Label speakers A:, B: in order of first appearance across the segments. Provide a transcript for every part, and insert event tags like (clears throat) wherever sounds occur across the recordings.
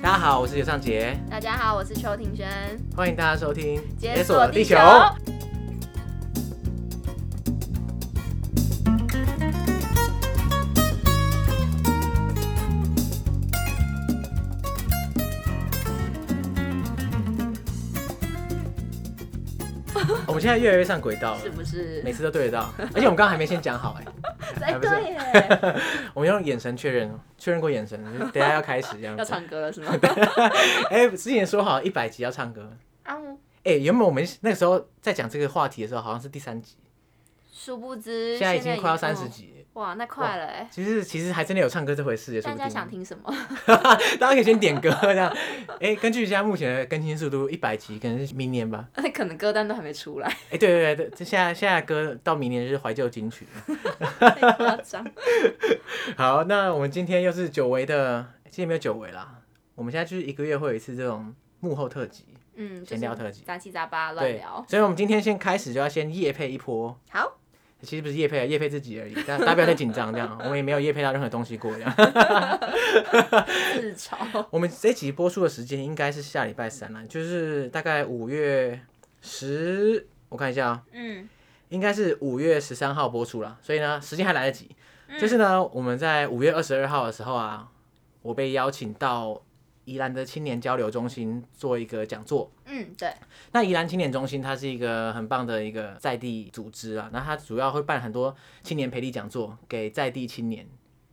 A: 大家好，我是刘尚杰，
B: 大家好，我是邱庭轩，
A: 欢迎大家收听《
B: 解锁地球。
A: 我们现在越来越上轨道了
B: 是，不是 (laughs)
A: 每？次都对得到，而且我们刚刚还没先讲好哎、
B: 哎，
A: 还不是
B: 对
A: (laughs)
B: 耶，
A: 我们用眼神确认，确认过眼神，就等一下要开始这样
B: 要
A: 子。
B: 唱歌
A: (laughs)
B: 了是吗？
A: 哎、之前说好一百集要唱歌，
B: 啊，我
A: 哎、原本我们那个时候在讲这个话题的时候，好像是第三集，
B: 殊不知
A: 现在已经快要三十
B: 嗯
A: 集。
B: 哇，那快了哎！
A: 其实其实还真的有唱歌这回事，也说
B: 大
A: 不
B: 家想
A: 定。
B: 听什么？ (laughs)
A: 大家可以先点歌这样。哎、根据现在目前的更新速度，一百集可能是明年吧。
B: 那可能歌单都还没
A: (laughs)
B: 出来，
A: 哎、对对对，这现在现在的歌到明年就是怀旧金曲。
B: 太夸张。
A: (laughs) 好，那我们今天又是久违的，今天没有久违啦。我们现在就是一个月会有一次这种幕后特辑，
B: 嗯，
A: 闲聊特辑，
B: 杂七杂八乱
A: 对
B: 聊。。
A: 所以，我们今天先开始就要先夜配一波，
B: 好，
A: 其实不是夜配啊，夜配自己而已。大家大家不要太紧张，这
B: (laughs)
A: 样我们也没有夜配到任何东西过。这样，
B: 自嘲。
A: 我们这集播出的时间应该是下礼拜三啦，就是大概五月十，我看一下啊、
B: 嗯，
A: 应该是五月十三号播出啦，所以呢，时间还来得及。
B: 嗯
A: 就是呢，我们在五月二十二号的时候啊，我被邀请到宜兰的青年交流中心做一个讲座。
B: 嗯，对，
A: 那宜兰青年中心它是一个很棒的一个在地组织啊，那它主要会办很多青年培力讲座给在地青年、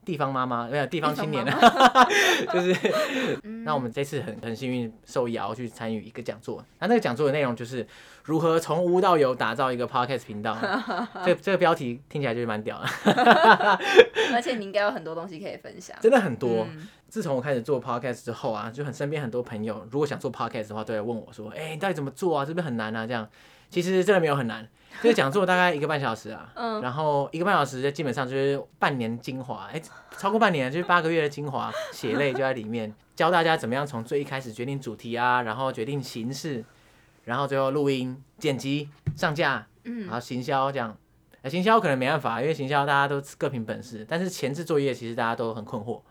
A: 地方妈妈没有地方青年
B: 地
A: 啊， (laughs) 就是那我们这次很很幸运受邀去参与一个讲座，那那个讲座的内容就是如何从无到有打造一个 podcast 频道，这这个标题听起来就是蛮屌的，
B: 而且你应该有很多东西可以分享。
A: 真的很多。
B: 嗯
A: 自从我开始做 podcast 之后啊，就很身边很多朋友，如果想做 podcast 的话，都会问我说：“哎、你到底怎么做啊？是不是很难啊？”这样，其实真的没有很难，这个讲座大概一个半小时啊，
B: (laughs) 嗯
A: 然后一个半小时就基本上就是半年精华，哎、超过半年就是八个月的精华，血泪就在里面， (laughs) 教大家怎么样从最一开始决定主题啊，然后决定形式，然后最后录音、剪辑、上架，然
B: 嗯，
A: 后行销这样。呃行销可能没办法，因为行销大家都各凭本事，但是前置作业其实大家都很困惑。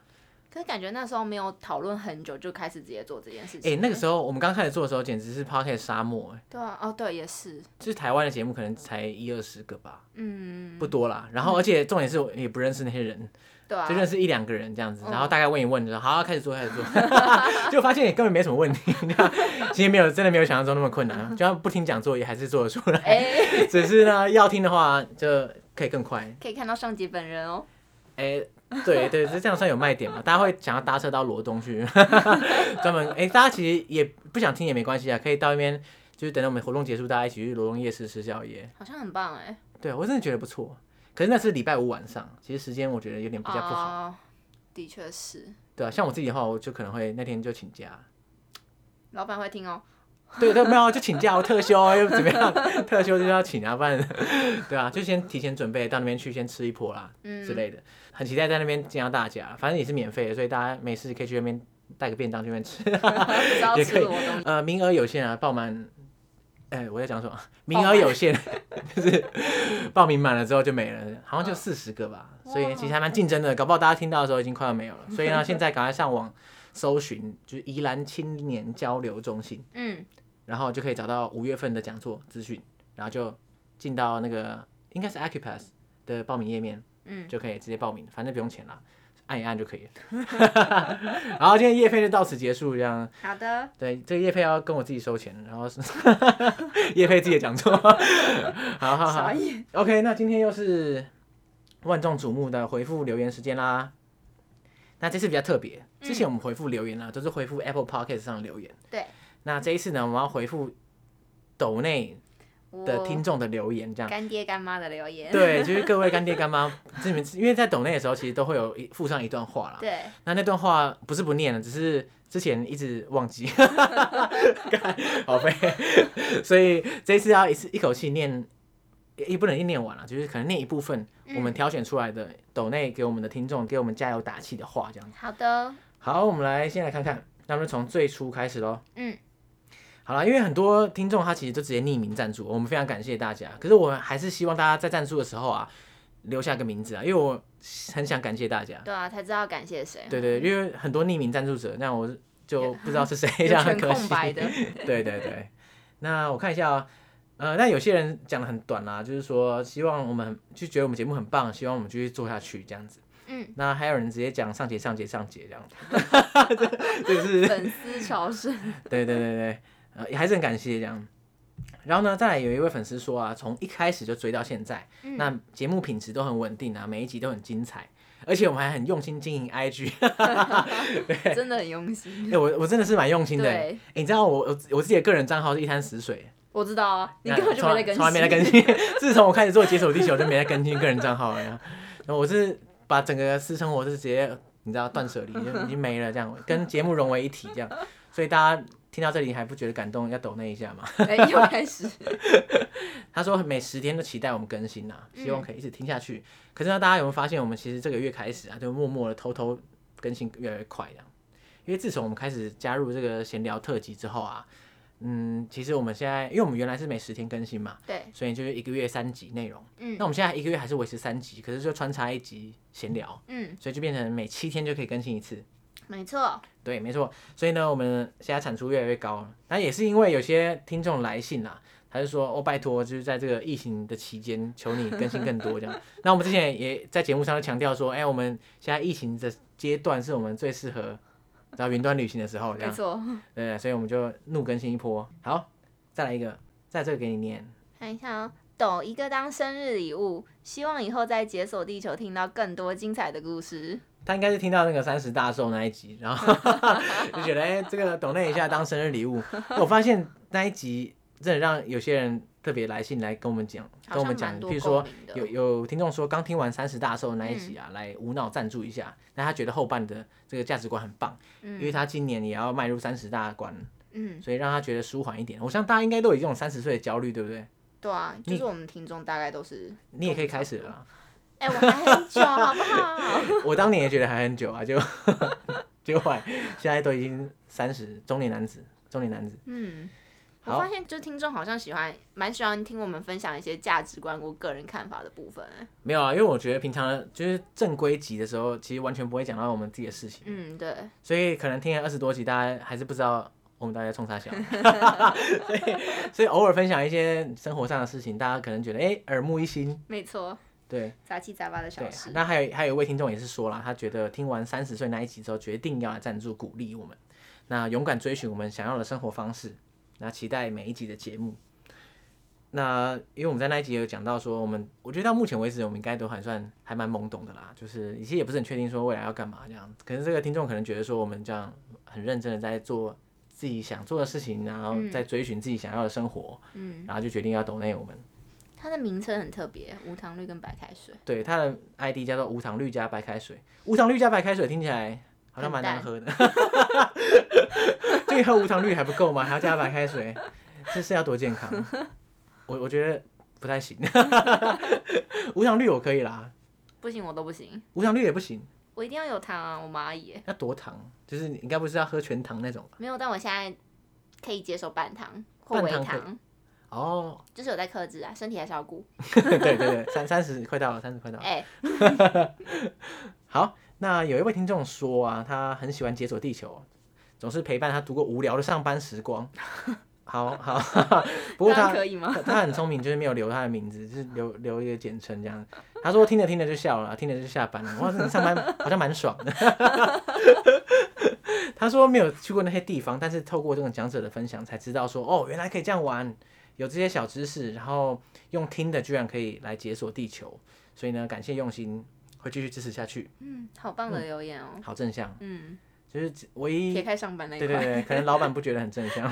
B: 可是感觉那时候没有讨论很久就开始直接做这件事
A: 哎、
B: 情。
A: 那个时候我们刚开始做的时候，简直是 Pocket 沙漠、欸，
B: 对啊，哦对，也是，
A: 就是台湾的节目可能才一二十个吧，
B: 嗯，
A: 不多啦。然后而且重点是我也不认识那些人，
B: 对啊
A: 就，认识一两个人这样子，
B: 嗯
A: 然后大概问一问，就说好啊开始做，开始做， (laughs) 就发现也根本没什么问题， (laughs) 其实没有真的没有想象中那么困难，就算不听讲座也还是做得出来，
B: 哎，
A: 只是呢要听的话就可以更快。
B: 可以看到上级本人哦。
A: 哎、对对，这这样算有卖点嘛？大家会想要搭车到罗东去， (laughs) 专门哎、大家其实也不想听也没关系啊，可以到那边，就是等到我们活动结束，大家一起去罗东夜市吃宵夜。
B: 好像很棒哎，
A: 对啊我真的觉得不错，可是那是礼拜五晚上，其实时间我觉得有点比较不好，
B: 啊，的确是，
A: 对啊，像我自己的话，我就可能会那天就请假。
B: 老板会听哦。
A: 对对，没有啊就请假，我特休啊又怎么样？ (laughs) 特休就是要请啊，不然 (laughs) 对啊，就先提前准备到那边去，先吃一波啦
B: 嗯
A: 之，类的。很期待在那边见到大家，反正也是免费的，所以大家没事可以去那边带个便当去那边吃。 (laughs)
B: (laughs) 不知道
A: 也可
B: 吃
A: 以
B: 我东西。
A: 呃，名额有限啊，报满，哎、我在讲什么？ (laughs) 名
B: 报
A: 额
B: 满
A: 有限，就是报名满了之后就没了，好像就四十个吧，所以其实还蛮竞争的，搞不好大家听到的时候已经快要没有了。所以呢，现在赶快上网搜寻，就是宜兰青年交流中心，
B: 嗯，
A: 然后就可以找到五月份的讲座资讯，然后就进到那个应该是 Acupass 的报名页面，
B: 嗯，
A: 就可以直接报名，反正不用钱啦，按一按就可以了。 (laughs) 然后今天叶飞就到此结束，这样。
B: 好的，
A: 对，这个叶配要跟我自己收钱，然后是 (laughs) 叶配自己的讲座。 (laughs) 好好好
B: 傻眼。
A: ，OK，那今天又是万众瞩目的回复留言时间啦。那这次比较特别，之前我们回复留言啊，都是回复 Apple Podcast 上的留言。
B: 嗯对。
A: 那这一次呢，我们要回复抖内的
B: 我
A: 听众的留言，这样。
B: 干爹干妈的留言。
A: 对，就是各位干爹干妈，你们因为在抖内的时候，其实都会有一附上一段话啦。
B: (laughs) 对，
A: 那那段话不是不念了，只是之前一直忘
B: (laughs)
A: 记，干好废。 (laughs) 所以这一次要一次一口气念，也也不能一念完了，就是可能念一部分，
B: 嗯
A: 我们挑选出来的抖内给我们的听众给我们加油打气的话，这样。
B: 好的，
A: 好，我们来先来看看，那我们就从最初开始喽。
B: 嗯，
A: 好了，因为很多听众他其实都直接匿名赞助，我们非常感谢大家。可是我还是希望大家在赞助的时候啊，留下个名字啊，因为我很想感谢大家。
B: 对啊，才知道感谢谁。
A: 对对，因为很多匿名赞助者，那我就不知道是
B: (laughs)
A: 谁，这样很
B: 全
A: 可
B: 空
A: 惜。(laughs)
B: 白的，
A: 对对对，那我看一下啊，呃，那有些人讲的很短啦、就是说希望我们很就觉得我们节目很棒，希望我们继续做下去这样子。
B: 嗯，
A: 那还有人直接讲上节上节上节这样，这个是
B: 粉丝朝圣，
A: 对对对对，呃，也还是很感谢这样。然后呢，再来有一位粉丝说啊，从一开始就追到现在，
B: 嗯
A: 那节目品质都很稳定啊，每一集都很精彩，而且我们还很用心经营 IG。
B: (laughs) 真的很用
A: (laughs)
B: 心。
A: 哎、我我真的是蛮用心的。哎、
B: 对，
A: 你知道我我我自己的个人账号是一滩死水，
B: 我知道啊，你
A: 那
B: 根本就
A: 从来
B: 没在更新，
A: 从来没在更新。 (laughs) 自从我开始做解锁地球，我就没在更新个人账号了。然后我是把整个私生活是直接你知道断舍离，就已经没了这样，跟节目融为一体这样。所以大家听到这里还不觉得感动，要抖那一下嘛。
B: (laughs) 哎，又开始，
A: 他说每十天都期待我们更新啊，
B: 嗯
A: 希望可以一直听下去。可是呢，大家有没有发现，我们其实这个月开始啊，就默默的偷偷更新越来越快这样。因为自从我们开始加入这个闲聊特辑之后啊，嗯，其实我们现在，因为我们原来是每十天更新嘛，
B: 对，
A: 所以就是一个月三集内容。
B: 嗯
A: 那我们现在一个月还是维持三集，可是就穿插一集闲聊，
B: 嗯，
A: 所以就变成每七天就可以更新一次。
B: 没错，
A: 对，没错。所以呢，我们现在产出越来越高了。那也是因为有些听众来信啦、他就说：“哦，拜托，就是在这个疫情的期间，求你更新更多这样。” (laughs) 那我们之前也在节目上就强调说：“哎、我们现在疫情的阶段是我们最适合然后云端旅行的时候，哦这
B: 没
A: 样
B: 错。
A: 对，所以我们就怒更新一波。好，再来一个，在这个给你念。
B: 看一下哦，抖一个当生日礼物，希望以后在解锁地球听到更多精彩的故事。
A: 他应该是听到那个三十大寿那一集，然
B: (laughs)
A: 后就觉得哎、这个抖那一下当生日礼物。我发现那一集真的让有些人特别来信来跟我们讲，跟我们讲，
B: 比
A: 譬如说有有听众说刚听完三十大寿那一集啊，来无脑赞助一下，那他觉得后半的这个价值观很棒，因为
B: 嗯
A: 他今年也要迈入三十大关，
B: 嗯，
A: 所以让他觉得舒缓一点。我想大家应该都有这种三十岁的焦虑，对不对？
B: 对啊，就
A: 你
B: 是我们听众大概
A: (laughs)
B: 都是，
A: 你也可以开始了啦。
B: 哎、我还很久，好不好？
A: 我当年也觉得还很久啊，就 (laughs) 就坏，现在都已经三十中年男子，中年男子。
B: 嗯。我
A: 好
B: 发现，就听众好像喜欢，蛮喜欢听我们分享一些价值观、我个人看法的部分。哎
A: 没有啊，因为我觉得平常就是正规集的时候，其实完全不会讲到我们自己的事情，
B: 嗯，对，
A: 所以可能听了二十多集，大家还是不知道我们大家冲啥小，所以所以偶尔分享一些生活上的事情，大家可能觉得哎、耳目一新，
B: 没错，
A: 对
B: 杂七杂八的
A: 对
B: 小。事。
A: 那还有还有一位听众也是说了，他觉得听完三十岁那一集之后，决定要来赞助鼓励我们，那勇敢追寻我们想要的生活方式，那期待每一集的节目。那因为我们在那一集有讲到说，我们我觉得到目前为止，我们应该都还算还蛮懵懂的啦，就是其实也不是很确定说未来要干嘛这样。可是这个听众可能觉得说，我们这样很认真的在做自己想做的事情，然后
B: 嗯
A: 在追寻自己想要的生活，
B: 嗯，
A: 然后就决定要懂内我们。
B: 它的名称很特别，无糖绿跟白开水。
A: 对，它的 ID 叫做无糖绿加白开水。无糖绿加白开水听起来好像蛮难喝的， (laughs) 这个喝无糖绿还不够吗？还要加白开水，这是要多健康？我我觉得不太行。无糖绿我可以啦，
B: 不行，我都不行，
A: 无糖绿也不行，
B: 我一定要有糖啊！我蚂蚁耶
A: 要多糖，就是你应该不是要喝全糖那种
B: 没有，但我现在可以接受半糖或
A: 半
B: 微
A: 糖
B: 糖，
A: 可以哦。 (laughs)
B: 就是有在克制啊，身体还是要顾。
A: 对对对，三三十快到了，三十快到了。
B: 哎、
A: 好，那有一位听众说啊，他很喜欢《解锁地球》，总是陪伴他度过无聊的上班时光。 (laughs) 好好， (laughs) 不过
B: 这样
A: 他
B: 可以吗？
A: 他他很聪明，就是没有留他的名字，就是留留一个简称这样。他说听着听着就笑了，听着就下班了。哇，你上班好像蛮爽的。 (laughs) 他说没有去过那些地方，但是透过这种讲者的分享才知道说，哦，原来可以这样玩，有这些小知识，然后用听的居然可以来解锁地球。所以呢，感谢用心，会继续支持下去。
B: 嗯，好棒的留言哦。
A: 好正向，
B: 嗯，
A: 就是唯一
B: 撇开上班那一
A: 对
B: 块，
A: 对对，可能老板不觉得很正向。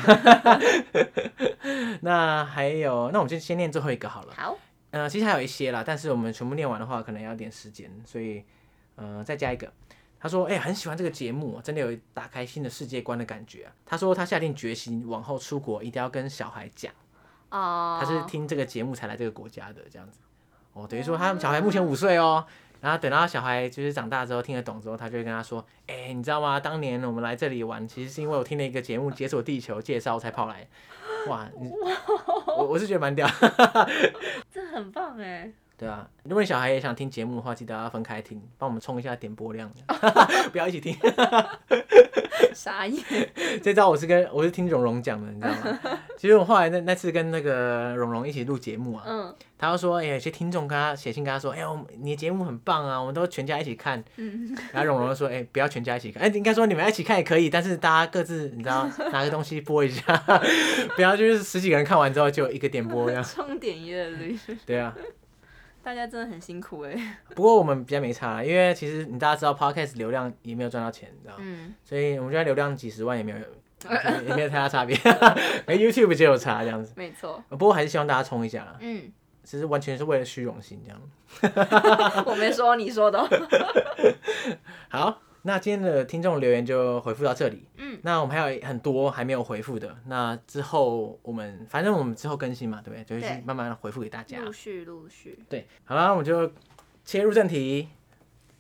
A: 那还有，那我们就先念最后一个好了。
B: 好，
A: 呃，其实还有一些啦，但是我们全部念完的话，可能要点时间，所以呃，再加一个。他说：“哎、很喜欢这个节目，真的有打开新的世界观的感觉、啊。”他说他下定决心，往后出国一定要跟小孩讲，
B: 哦、
A: 他是听这个节目才来这个国家的这样子。哦，等于说他小孩目前五岁哦，然后等到小孩就是长大之后听得懂之后，他就会跟他说：“哎、你知道吗？当年我们来这里玩，其实是因为我听了一个节目《解锁地球》介绍才跑来。”哇，你我我是觉得蛮屌。
B: 这很棒哎，
A: 对啊，如果你小孩也想听节目的话，记得要分开听，帮我们冲一下点播量， (laughs) 不要一起听。(laughs)
B: 傻眼。
A: 这招我是跟我是听蓉蓉讲的，你知道吗？其实我后来那那次跟那个蓉蓉一起录节目啊，
B: 嗯
A: 他就说，哎、有些听众跟他写信跟他说，哎、我们你的节目很棒啊，我们都全家一起看。
B: (laughs) 嗯，
A: 然后蓉蓉就说，哎、不要全家一起看，哎、应该说你们一起看也可以，但是大家各自你知
B: (laughs)
A: 道拿个东西播一下， (laughs) 不要就是十几个人看完之后就有一个点播这
B: (laughs)
A: 样。
B: 重点阅率，
A: 对啊，
B: 大家真的很辛苦哎、
A: 不过我们比较没差啦，因为其实你大家知道 podcast 流量也没有赚到钱，你知道吗？
B: 嗯，
A: 所以我们现在流量几十万也
B: (laughs)
A: 没有，也没有太大差别， (laughs) 没 YouTube 就有差这样子。
B: 没错。
A: 不过还是希望大家冲一下啦，
B: 嗯，
A: 其实完全是为了虚荣心这样。
B: 我没说，你说的
A: (laughs)
B: 哦。
A: 好，那今天的听众留言就回复到这里。
B: 嗯，
A: 那我们还有很多还没有回复的，那之后我们反正我们之后更新嘛，对不对？就
B: 对嗯
A: 是慢慢地回复给大家。
B: 陆续陆续，
A: 对，好啦，我们就切入正题，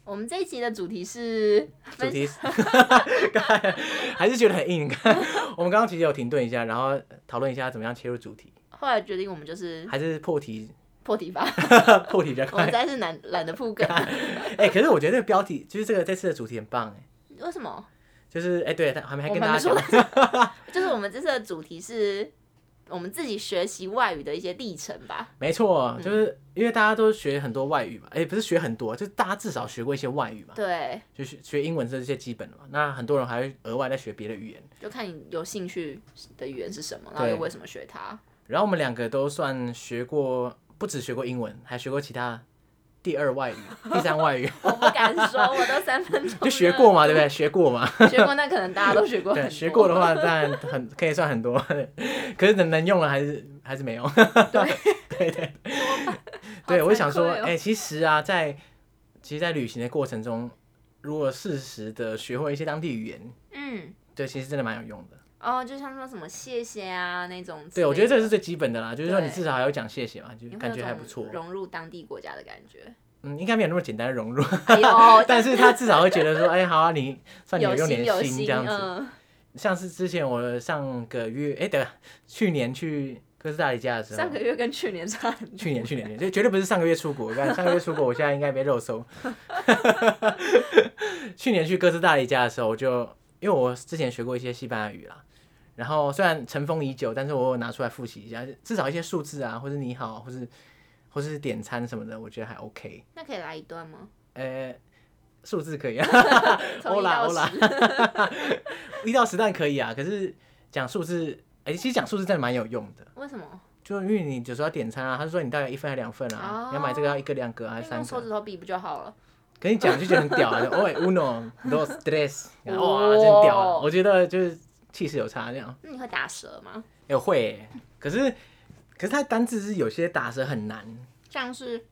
B: 我们这一集的主题是
A: 主
B: 分
A: 题 (laughs) 刚才还是觉得很硬。 (laughs) 看我们刚刚其实有停顿一下，然后讨论一下怎么样切入主题，
B: 后来决定我们就是
A: 还是破题， (laughs)
B: 破题吧，
A: 破题比较
B: 我
A: 快
B: 们实。在是懒懒得
A: (laughs)
B: 铺梗。
A: 哎、可是我觉得这个标题就是这个这次的主题很棒哎，
B: 为什么？
A: 就是哎、对，还没还
B: 我
A: 跟
B: 们
A: 大家
B: 还没
A: 讲
B: 说，就是我们这次的主题是我们自己学习外语的一些历程吧。
A: 没错，就是因为大家都学很多外语嘛，哎、不是学很多，就是大家至少学过一些外语嘛，
B: 对，
A: 就是学英文这些基本的嘛。那很多人还会额外再学别的语言。
B: 就看你有兴趣的语言是什么，然后
A: 对
B: 又为什么学它。 (laughs)
A: 然后我们两个都算学过，不只学过英文，还学过其他第二外语、第三外语， (laughs)
B: 我不敢说，我都三分钟了
A: 就学过嘛，对不对？学过嘛，
B: 学过，那可能大家都学过很
A: 对，
B: 多。
A: 学过的话当然很可以算很多，可是能能用了还是还是没有。 (laughs)
B: (laughs)
A: 对，我就想说，
B: 好惭愧哦
A: 哎、其实啊，在其实，在旅行的过程中，如果适时的学会一些当地语言，
B: 嗯，
A: 对，其实真的蛮有用的。
B: 哦，就像说什么谢谢啊那种之类的。
A: 对，我觉得这个是最基本的啦，就是说你
B: 对
A: 至少还要讲谢谢嘛，就
B: 你会有
A: 感觉
B: 种
A: 还不错。
B: 融入当地国家的感
A: (laughs)
B: 觉。
A: 嗯，应该没有那么简单的融入，
B: 哎呦，
A: 但是他至少会觉得说，哎、好啊，你算你
B: 有
A: 用点
B: 有
A: 心
B: 心
A: 这样子。
B: 嗯，
A: 像是之前我上个月，哎、对，去年去哥斯达黎加的时候
B: 上，个月跟去年差很
A: (laughs)
B: 多。
A: 去年去年就绝对不是上个月出国，我看上个月出国，我现在应该被肉搜。 (laughs) 去年去哥斯达黎加的时候，我就因为我之前学过一些西班牙语啦，然后虽然尘封已久，但是我有拿出来复习一下，至少一些数字啊，或是你好，或是或是点餐什么的，我觉得还 OK。
B: 那可以来一段吗？
A: 呃，数字可以啊， (laughs)
B: 从一
A: Hola，
B: 到
A: Hola
B: 十。
A: 一到十但可以啊，可是讲数字，哎、其实讲数字真的蛮有用的。
B: 为什么？
A: 就因为你有时候要点餐啊，他说你大概一份还两份啊
B: 哦
A: 你要买这个要一个两个啊还是三
B: 用
A: 个
B: 手
A: 啊？
B: 指头比不就好了？
A: 跟你讲就觉得很屌
B: (laughs)
A: 啊，就哦，uno dos tres，然后哇，
B: 哦
A: 真屌啊！我觉得就是气势有差这样，
B: 那你会打舌吗？
A: 有会欸、可是可是它单字是有些打舌很难，
B: 像是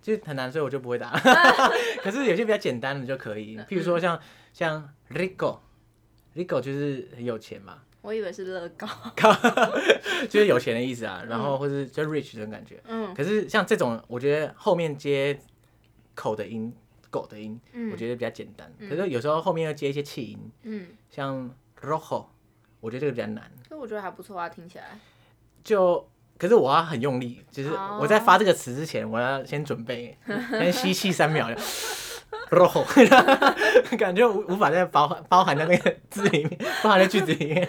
A: 就很难，所以我就不会打。
B: (laughs)
A: 可是有些比较简单的就可以，譬如说像像 rico，rico 就是很有钱嘛，
B: 我以为是乐高。
A: 就是有钱的意思啊，然后或是就 rich 这种感觉。
B: 嗯
A: 可是像这种，我觉得后面接口的音、狗的音，
B: 嗯
A: 我觉得比较简单。
B: 嗯
A: 可是有时候后面要接一些气音，
B: 嗯，
A: 像 rojo，我觉得这个比较难。
B: 可我觉得还不错啊，听起来。
A: 就可是我要很用力，就是
B: 哦
A: 我在发这个词之前，我要先准备，先吸气三秒。rojo，感 (laughs) 觉无无法再包含包含在那个字里面，包含在句子里
B: (laughs)
A: 面，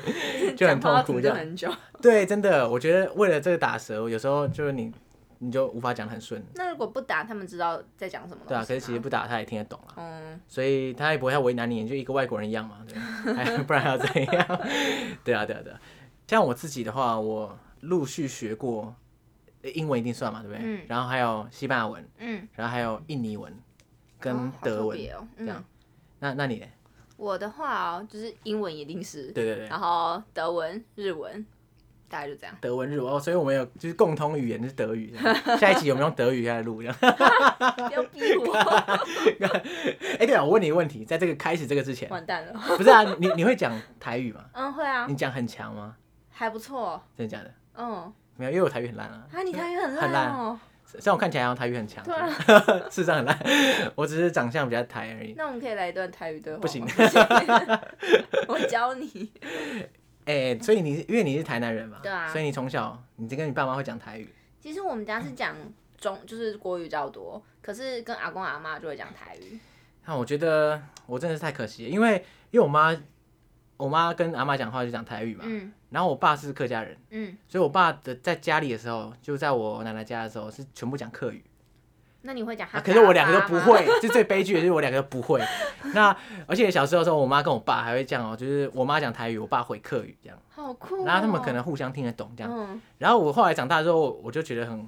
A: 就很痛苦这
B: 就
A: 样。
B: 很久。
A: 对，真的，我觉得为了这个打舌，有时候就是你你就无法讲得很顺，
B: 那如果不打，他们知道在讲什么
A: 对啊。
B: 东
A: 可是
B: 西吗
A: 其实不打他也听得懂啊，
B: 嗯，
A: 所以他也不会太为难你，你就一个外国人一样嘛，对， (laughs) 还不然还要怎样？ (laughs) 对啊，对啊，对啊。像我自己的话，我陆续学过呃英文一定算嘛，对不对？
B: 嗯
A: 然后还有西班牙文，
B: 嗯，
A: 然后还有印尼文跟
B: 哦好
A: 德
B: 特
A: 文。
B: 别哦
A: 这样
B: 嗯，
A: 那那你呢？
B: 我的话哦，就是英文一定是，
A: 对对对，
B: 然后德文、日文，大概就这样。
A: 德文日文哦，所以我们有就是共通语言就是德语这样。下一集我们用德语来录这样。 (laughs)
B: 不要逼我，
A: 哎、对了，我问你一个问题，在这个开始这个之
B: (laughs)
A: 前，
B: 完蛋了。
A: 不是啊，你你会讲台语吗？
B: 嗯，会 (laughs) 啊，
A: 你讲很强吗？
B: 还不错。
A: 真的假的？
B: 嗯，
A: 没有，因为我台语很烂啊。
B: 啊，你台语很
A: 很烂
B: 烂哦。
A: 虽然我看起来好像台语很强，
B: 对啊，
A: 事实上很烂，我只是长相比较台而已。
B: 那我们可以来一段台语对话吗。
A: 不行
B: 我教你。
A: (laughs) 哎、所以你是因为你是台南人嘛，
B: 对啊
A: 所以你从小你跟你爸妈会讲台语，
B: 其实我们家是讲中就是国语比较多，可是跟阿公阿妈就会讲台语。
A: 那我觉得我真的是太可惜了，因为因为我妈，我妈跟阿妈讲话就讲台语嘛，
B: 嗯
A: 然后我爸是客家人，
B: 嗯，
A: 所以我爸的在家里的时候，就在我奶奶家的时候是全部讲客语，
B: 那你会讲他、
A: 啊，可是我两个都不。会，这最悲剧的就是我两个都不会。那而且小时候的时候，我妈跟我爸还会这样哦，就是我妈讲台语，我爸回客语这样，
B: 好酷、哦。
A: 然后他们可能互相听得懂这样。
B: 嗯
A: 然后我后来长大之后，我就觉得很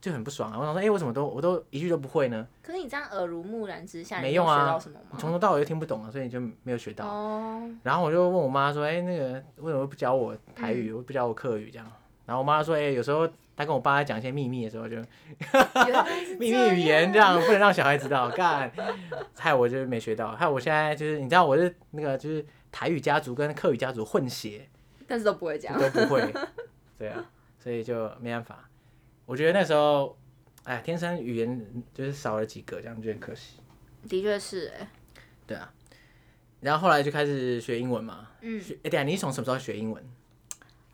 A: 就很不爽啊，我想说，哎、我怎么都我都一句都不会呢？
B: 可是你这样耳濡目染之下，
A: 没
B: 你
A: 用啊
B: 有学到什么吗？
A: 从头到尾就听不懂啊，所以就没有学到。
B: 哦，
A: 然后我就问我妈说：“哎、那个为什么不教我台语，
B: 嗯
A: 不教我客语这样？”然后我妈说：“哎、有时候她跟我爸在讲一些秘密的时候，就
B: 原来是
A: (laughs) 秘密语言这
B: 样。
A: 样，不能让小孩知道。干，害我就是没学到，害我现在就是你知道我是那个就是台语家族跟客语家族混血，
B: 但是都不会讲。
A: 都不会。对啊，所以就没办法。我觉得那时候，哎，天生语言就是少了几个，这样就很可惜。
B: 的确是哎、
A: 对啊，然后后来就开始学英文嘛。
B: 嗯，
A: 学，哎、等一下你是从什么时候学英文？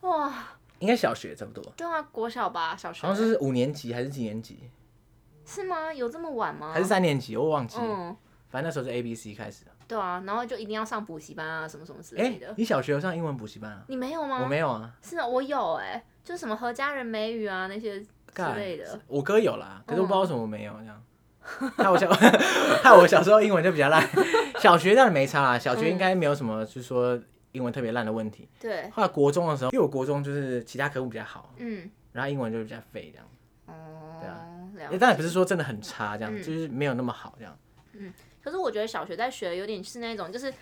B: 哇，
A: 应该小学差不多，
B: 对啊，国小吧，小学
A: 好像是五年级还是几年级，
B: 是吗？有这么晚吗？
A: 还是三年级，我忘记了。
B: 哦嗯，
A: 反正那时候是 A B C 开始的。
B: 对啊，然后就一定要上补习班啊，什么什么之类
A: 哎、
B: 的。
A: 你小学有上英文补习班啊？
B: 你没有吗？
A: 我没有啊，
B: 是啊，我有哎、就什么何家人美语啊那些之
A: 干
B: 类的。嗯
A: 我哥有啦，可是我不知道为什么我没有这样。害我小， (laughs) 害我小时候英文就比较
B: (laughs)
A: 烂。小学当然没差啦，小学应该没有什么，就是说英文特别烂的问题。
B: 嗯对，
A: 后来国中的时候，因为我国中就是其他科目比较好，
B: 嗯，
A: 然后英文就比较废这样。嗯啊
B: 哦，了
A: 也
B: 解。
A: 当然不是说真的很差这样，
B: 嗯
A: 就是没有那么好这样。
B: 可是我觉得小学在学有点是那种就是。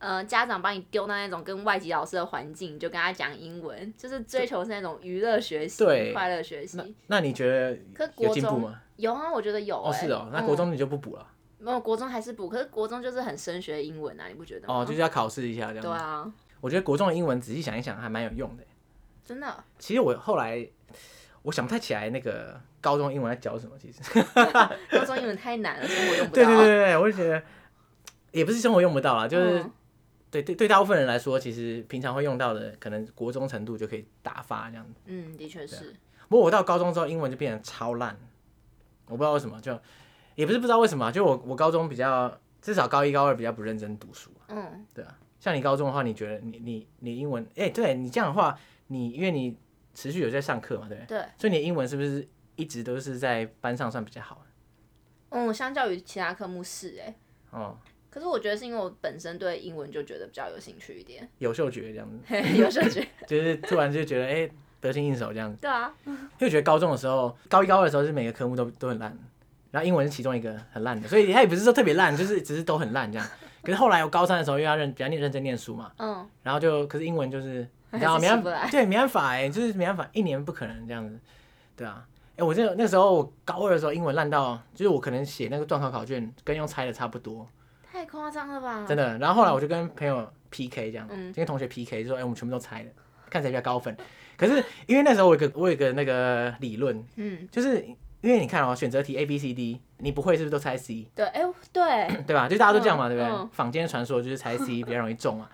B: 呃，家长把你丢到那种跟外籍老师的环境，你就跟他讲英文，就是追求是那种娱乐学习、
A: 对
B: 快乐学
A: 那
B: 习。
A: 那你觉得
B: 可是
A: 有
B: 国
A: 进步
B: 中
A: 吗？
B: 有啊，我觉得有、欸。
A: 哦，是哦，那
B: 嗯
A: 国中你就不补了。
B: 没有，国中还是补，可是国中就是很升学英文啊，你不觉得吗？
A: 哦，就是要考试一下这样。
B: 对啊，
A: 我觉得国中的英文仔细想一想还蛮有用的。
B: 真的，
A: 其实我后来我想不太起来那个高中英文在教什么，其实。
B: 高中英文太难了，生活用不
A: 对
B: 到。
A: 对对对，我就觉得也不是生活用不到啦，就是、
B: 嗯
A: 对对对大部分人来说，其实平常会用到的，可能国中程度就可以打发这样子。
B: 嗯，的确是，
A: 不过我到高中之后，英文就变得超烂，我不知道为什么，就也不是不知道为什么啊，就我我高中比较至少高一高二比较不认真读书。
B: 嗯，
A: 对啊，像你高中的话，你觉得你你你英文，哎、对你这样的话，你因为你持续有在上课嘛，对不对？
B: 对，
A: 所以你的英文是不是一直都是在班上算比较好？
B: 嗯，相较于其他科目是哎、
A: 哦，
B: 可是我觉得是因为我本身对英文就觉得比较有兴趣
A: (laughs)
B: 一点，
A: 有嗅觉这样子，
B: 嘿有时候觉得
A: 就是突然就觉得哎、得心应手这样子。(laughs)
B: 对啊，
A: 因为我觉得高中的时候，高一高二的时候是每个科目都都很烂，然后英文是其中一个很烂的，所以他也不是说特别烂，就是只是都很烂这样。可是后来我高三的时候，因为要认比较认认真念书嘛，
B: 嗯，
A: 然后就可是英文就是你知
B: 还
A: 道
B: 是
A: 没
B: 起
A: 办
B: 不来
A: 法，对，没办法哎、就是没办法，一年不可能这样子，对啊。哎、我这那时候我高二的时候，英文烂到就是我可能写那个段考考卷跟用猜的差不多，
B: 太夸张了吧？
A: 真
B: 的，
A: 的。然后后来我就跟朋友 PK 这样，
B: 嗯
A: 就跟同学 PK 就说，哎、我们全部都猜的，看谁比较高分。可是因为那时候我有一个我有一个那个理论，
B: 嗯，
A: 就是因为你看哦，选择题 A B C D，你不会是不是都猜 C？
B: 对，哎、对，
A: 对吧？就大家都这样嘛，
B: 嗯
A: 对不对
B: 嗯？
A: 坊间传说就是 (laughs) 猜 C 比较容易中嘛。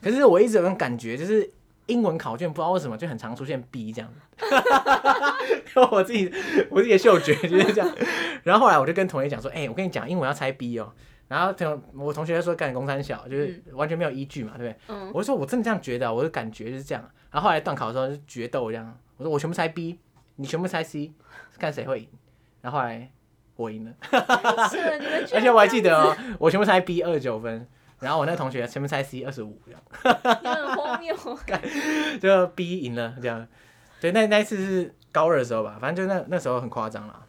A: 可是我一直有种感觉，就是英文考卷不知道为什么就很常出现 B 这样。 (laughs) 我自己我自己的嗅觉就是这样。然后后来我就跟同学讲说，哎、我跟你讲，英文要猜 B 哦。然后同我同学就说干公三小，就是完全没有依据嘛，对不对？
B: 嗯，
A: 我就说我真的这样觉得啊，我的感觉就是这样。然后后来段考的时候就决斗这样，啊我说我全部猜 B，你全部猜 C，看谁会赢。然后后来我赢了。
B: 是的，你们
A: (laughs)
B: 居
A: 而
B: 然
A: 且我还记得哦，我全部猜 B 二十九分，然后我那个同学全部猜 C 二十五，
B: 你们很荒谬， (laughs)
A: 就 B 赢了这样。对，那那一次是高二的时候吧，反正就那那时候很夸张啦。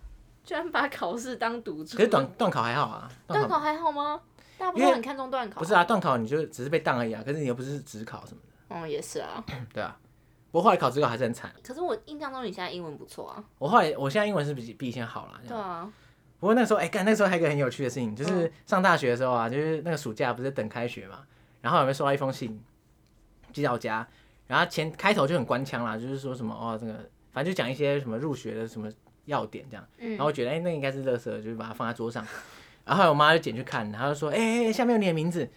B: 居然把考试当赌注
A: 可。是段段考还好啊，
B: 段
A: 段考
B: 考还好吗？大家不
A: 因
B: 是
A: 为
B: 很看重段考？
A: 不是，啊，段考你就只是被当而已啊，可是你又不是只考什么
B: 嗯，也是啊。
A: 的，对啊。不过后来考只考还是很惨，
B: 可是我印象中你现在英文不错啊。
A: 我后来我现在英文是比比以前好啦。这
B: 对
A: 样
B: 啊，
A: 不过那时候哎，干、那时候还有一个很有趣的事情，就是上大学的时候啊，就是那个暑假不是等开学嘛，然后有没有收到一封信，寄到我家，然后前开头就很官腔啦，就是说什么哦，这个反正就讲一些什么入学的什么要点这样，
B: 嗯
A: 然后我觉得哎、那应该是垃圾，就是把它放在桌上，然后后来我妈就捡去看，她就说哎哎、哎下面有你的名字，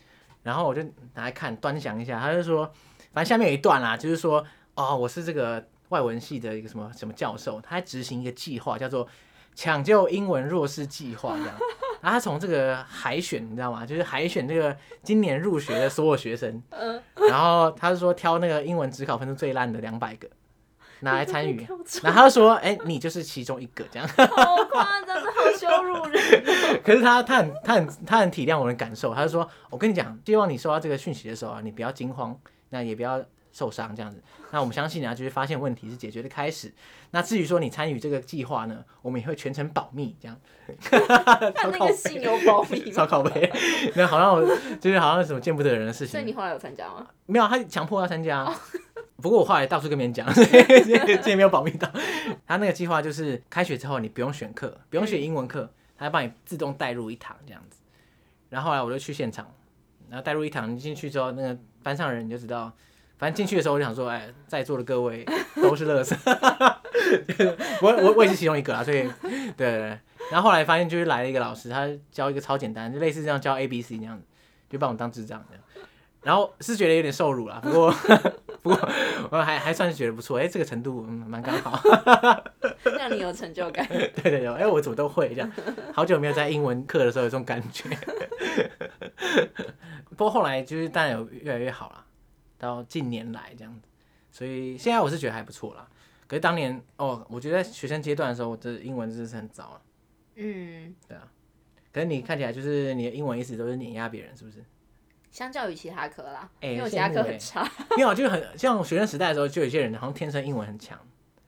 A: 然后我就拿来看端详一下，她就说反正下面有一段啦，就是说哦我是这个外文系的一个什么什么教授，他在执行一个计划叫做抢救英文弱势计划这样。然后他从这个海选，你知道吗？就是海选这个今年入学的所有学生，
B: 嗯，。
A: 然后他是说挑那个英文只考分数最烂的两百个拿来参与
B: (laughs) 好
A: 然后他就说：“哎、你就是其中一个这样。
B: 夸张，真的好羞辱
A: (laughs)
B: 人。”
A: 可是他他很他很他很体谅我的感受，他就说：“我跟你讲，希望你收到这个讯息的时候啊，你不要惊慌，那也不要受伤这样子。那我们相信啊，就是发现问题是解决的开始。那至于说你参与这个计划呢，我们也会全程保密这样。”
B: 他那个信有保密
A: 烧
B: 吗？
A: 烤杯， (laughs) 那好像我就是好像什么见不得人的事
B: 所以你
A: 情，
B: 后来有参加吗？
A: 没有他强迫要参加啊、 (laughs) 不过我后来到处跟别人讲，所 (laughs) 以所以所以没有保密到。他那个计划就是开学之后你不用选课，不用学英文课，他帮你自动带入一堂这样子。然后后来我就去现场，然后带入一堂，你进去之后，那个班上的人你就知道，反正进去的时候我就想说，哎，在座的各位 (laughs) 都是乐色，我我我也是其中一个啊，所以对对对。然后后来发现就是来了一个老师，他教一个超简单，就类似这样教 A B C 那样子，就把我们当智障这样。然后是觉得有点受辱啦，不过 (laughs) 不过我还还算是觉得不错，哎，这个程度嗯蛮刚好。
B: 让你有成就
A: (laughs)
B: 感。
A: 对对对，哎、我怎么都会这样，好久没有在英文课的时候有这种感觉。 (laughs) 不过后来就是当然有越来越好啦，到近年来这样子，所以现在我是觉得还不错啦。可是当年哦，我觉得在学生阶段的时候，我的英文真的是很糟啊。
B: 嗯，
A: 可是你看起来就是你的英文一直都是碾压别人，是不是？
B: 相较于其他科啦，
A: 哎
B: 因为我其他科
A: 羡慕
B: 很
A: 哎
B: 差。
A: (laughs) 没有，就是很像学生时代的时候，就有些人好像天生英文很强，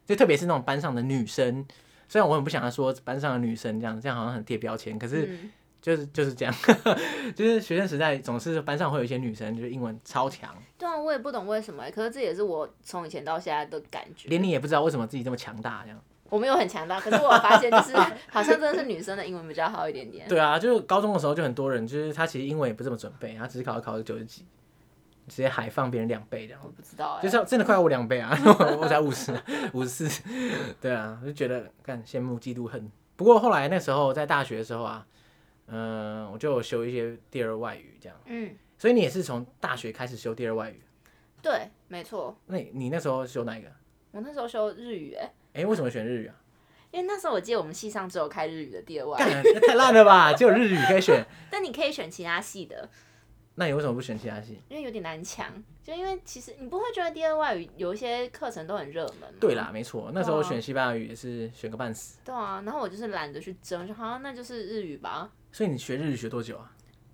A: 就特别是那种班上的女生。虽然我很不想要说班上的女生这样，这样好像很贴标签，可是
B: 嗯
A: 就是就是这样， (laughs) 就是学生时代总是班上会有一些女生，就是英文超强，
B: 对啊，我也不懂为什么欸、可是这也是我从以前到现在的感觉。
A: 连你也不知道为什么自己这么强大这样。
B: 我没有很强大，可是我有发现就是 (laughs) 好像真的是女生的英文比较好一点点。
A: 对啊，就是高中的时候就很多人，就是他其实英文也不怎么准备，他只是考考九十几，直接海放别人两倍这样
B: 我。不知道哎、
A: 就是真的快我两倍 (laughs) 啊！我我才五十，五十四，对啊，我就觉得干羡慕嫉妒恨。不过后来那时候在大学的时候啊，嗯、我就有修一些第二外语这样，
B: 嗯，
A: 所以你也是从大学开始修第二外语。
B: 对，没错。
A: 那你你那时候修哪一个？
B: 我那时候修日语、欸，
A: 哎、为什么选日语啊？
B: 因为那时候我记得我们系上只有开日语的第二外，
A: 干，那太烂了 (laughs) 吧！只有日语可以选，
B: 但你可以选其他系的，
A: 那你为什么不选其他系？
B: 因为有点难抢。就因为其实你不会觉得第二外语有一些课程都很热门吗？
A: 对啦，没错，那时候
B: 对啊
A: 选西班牙语也是选个半死。
B: 对啊，然后我就是懒得去争，就好像那就是日语吧。
A: 所以你学日语学多久啊？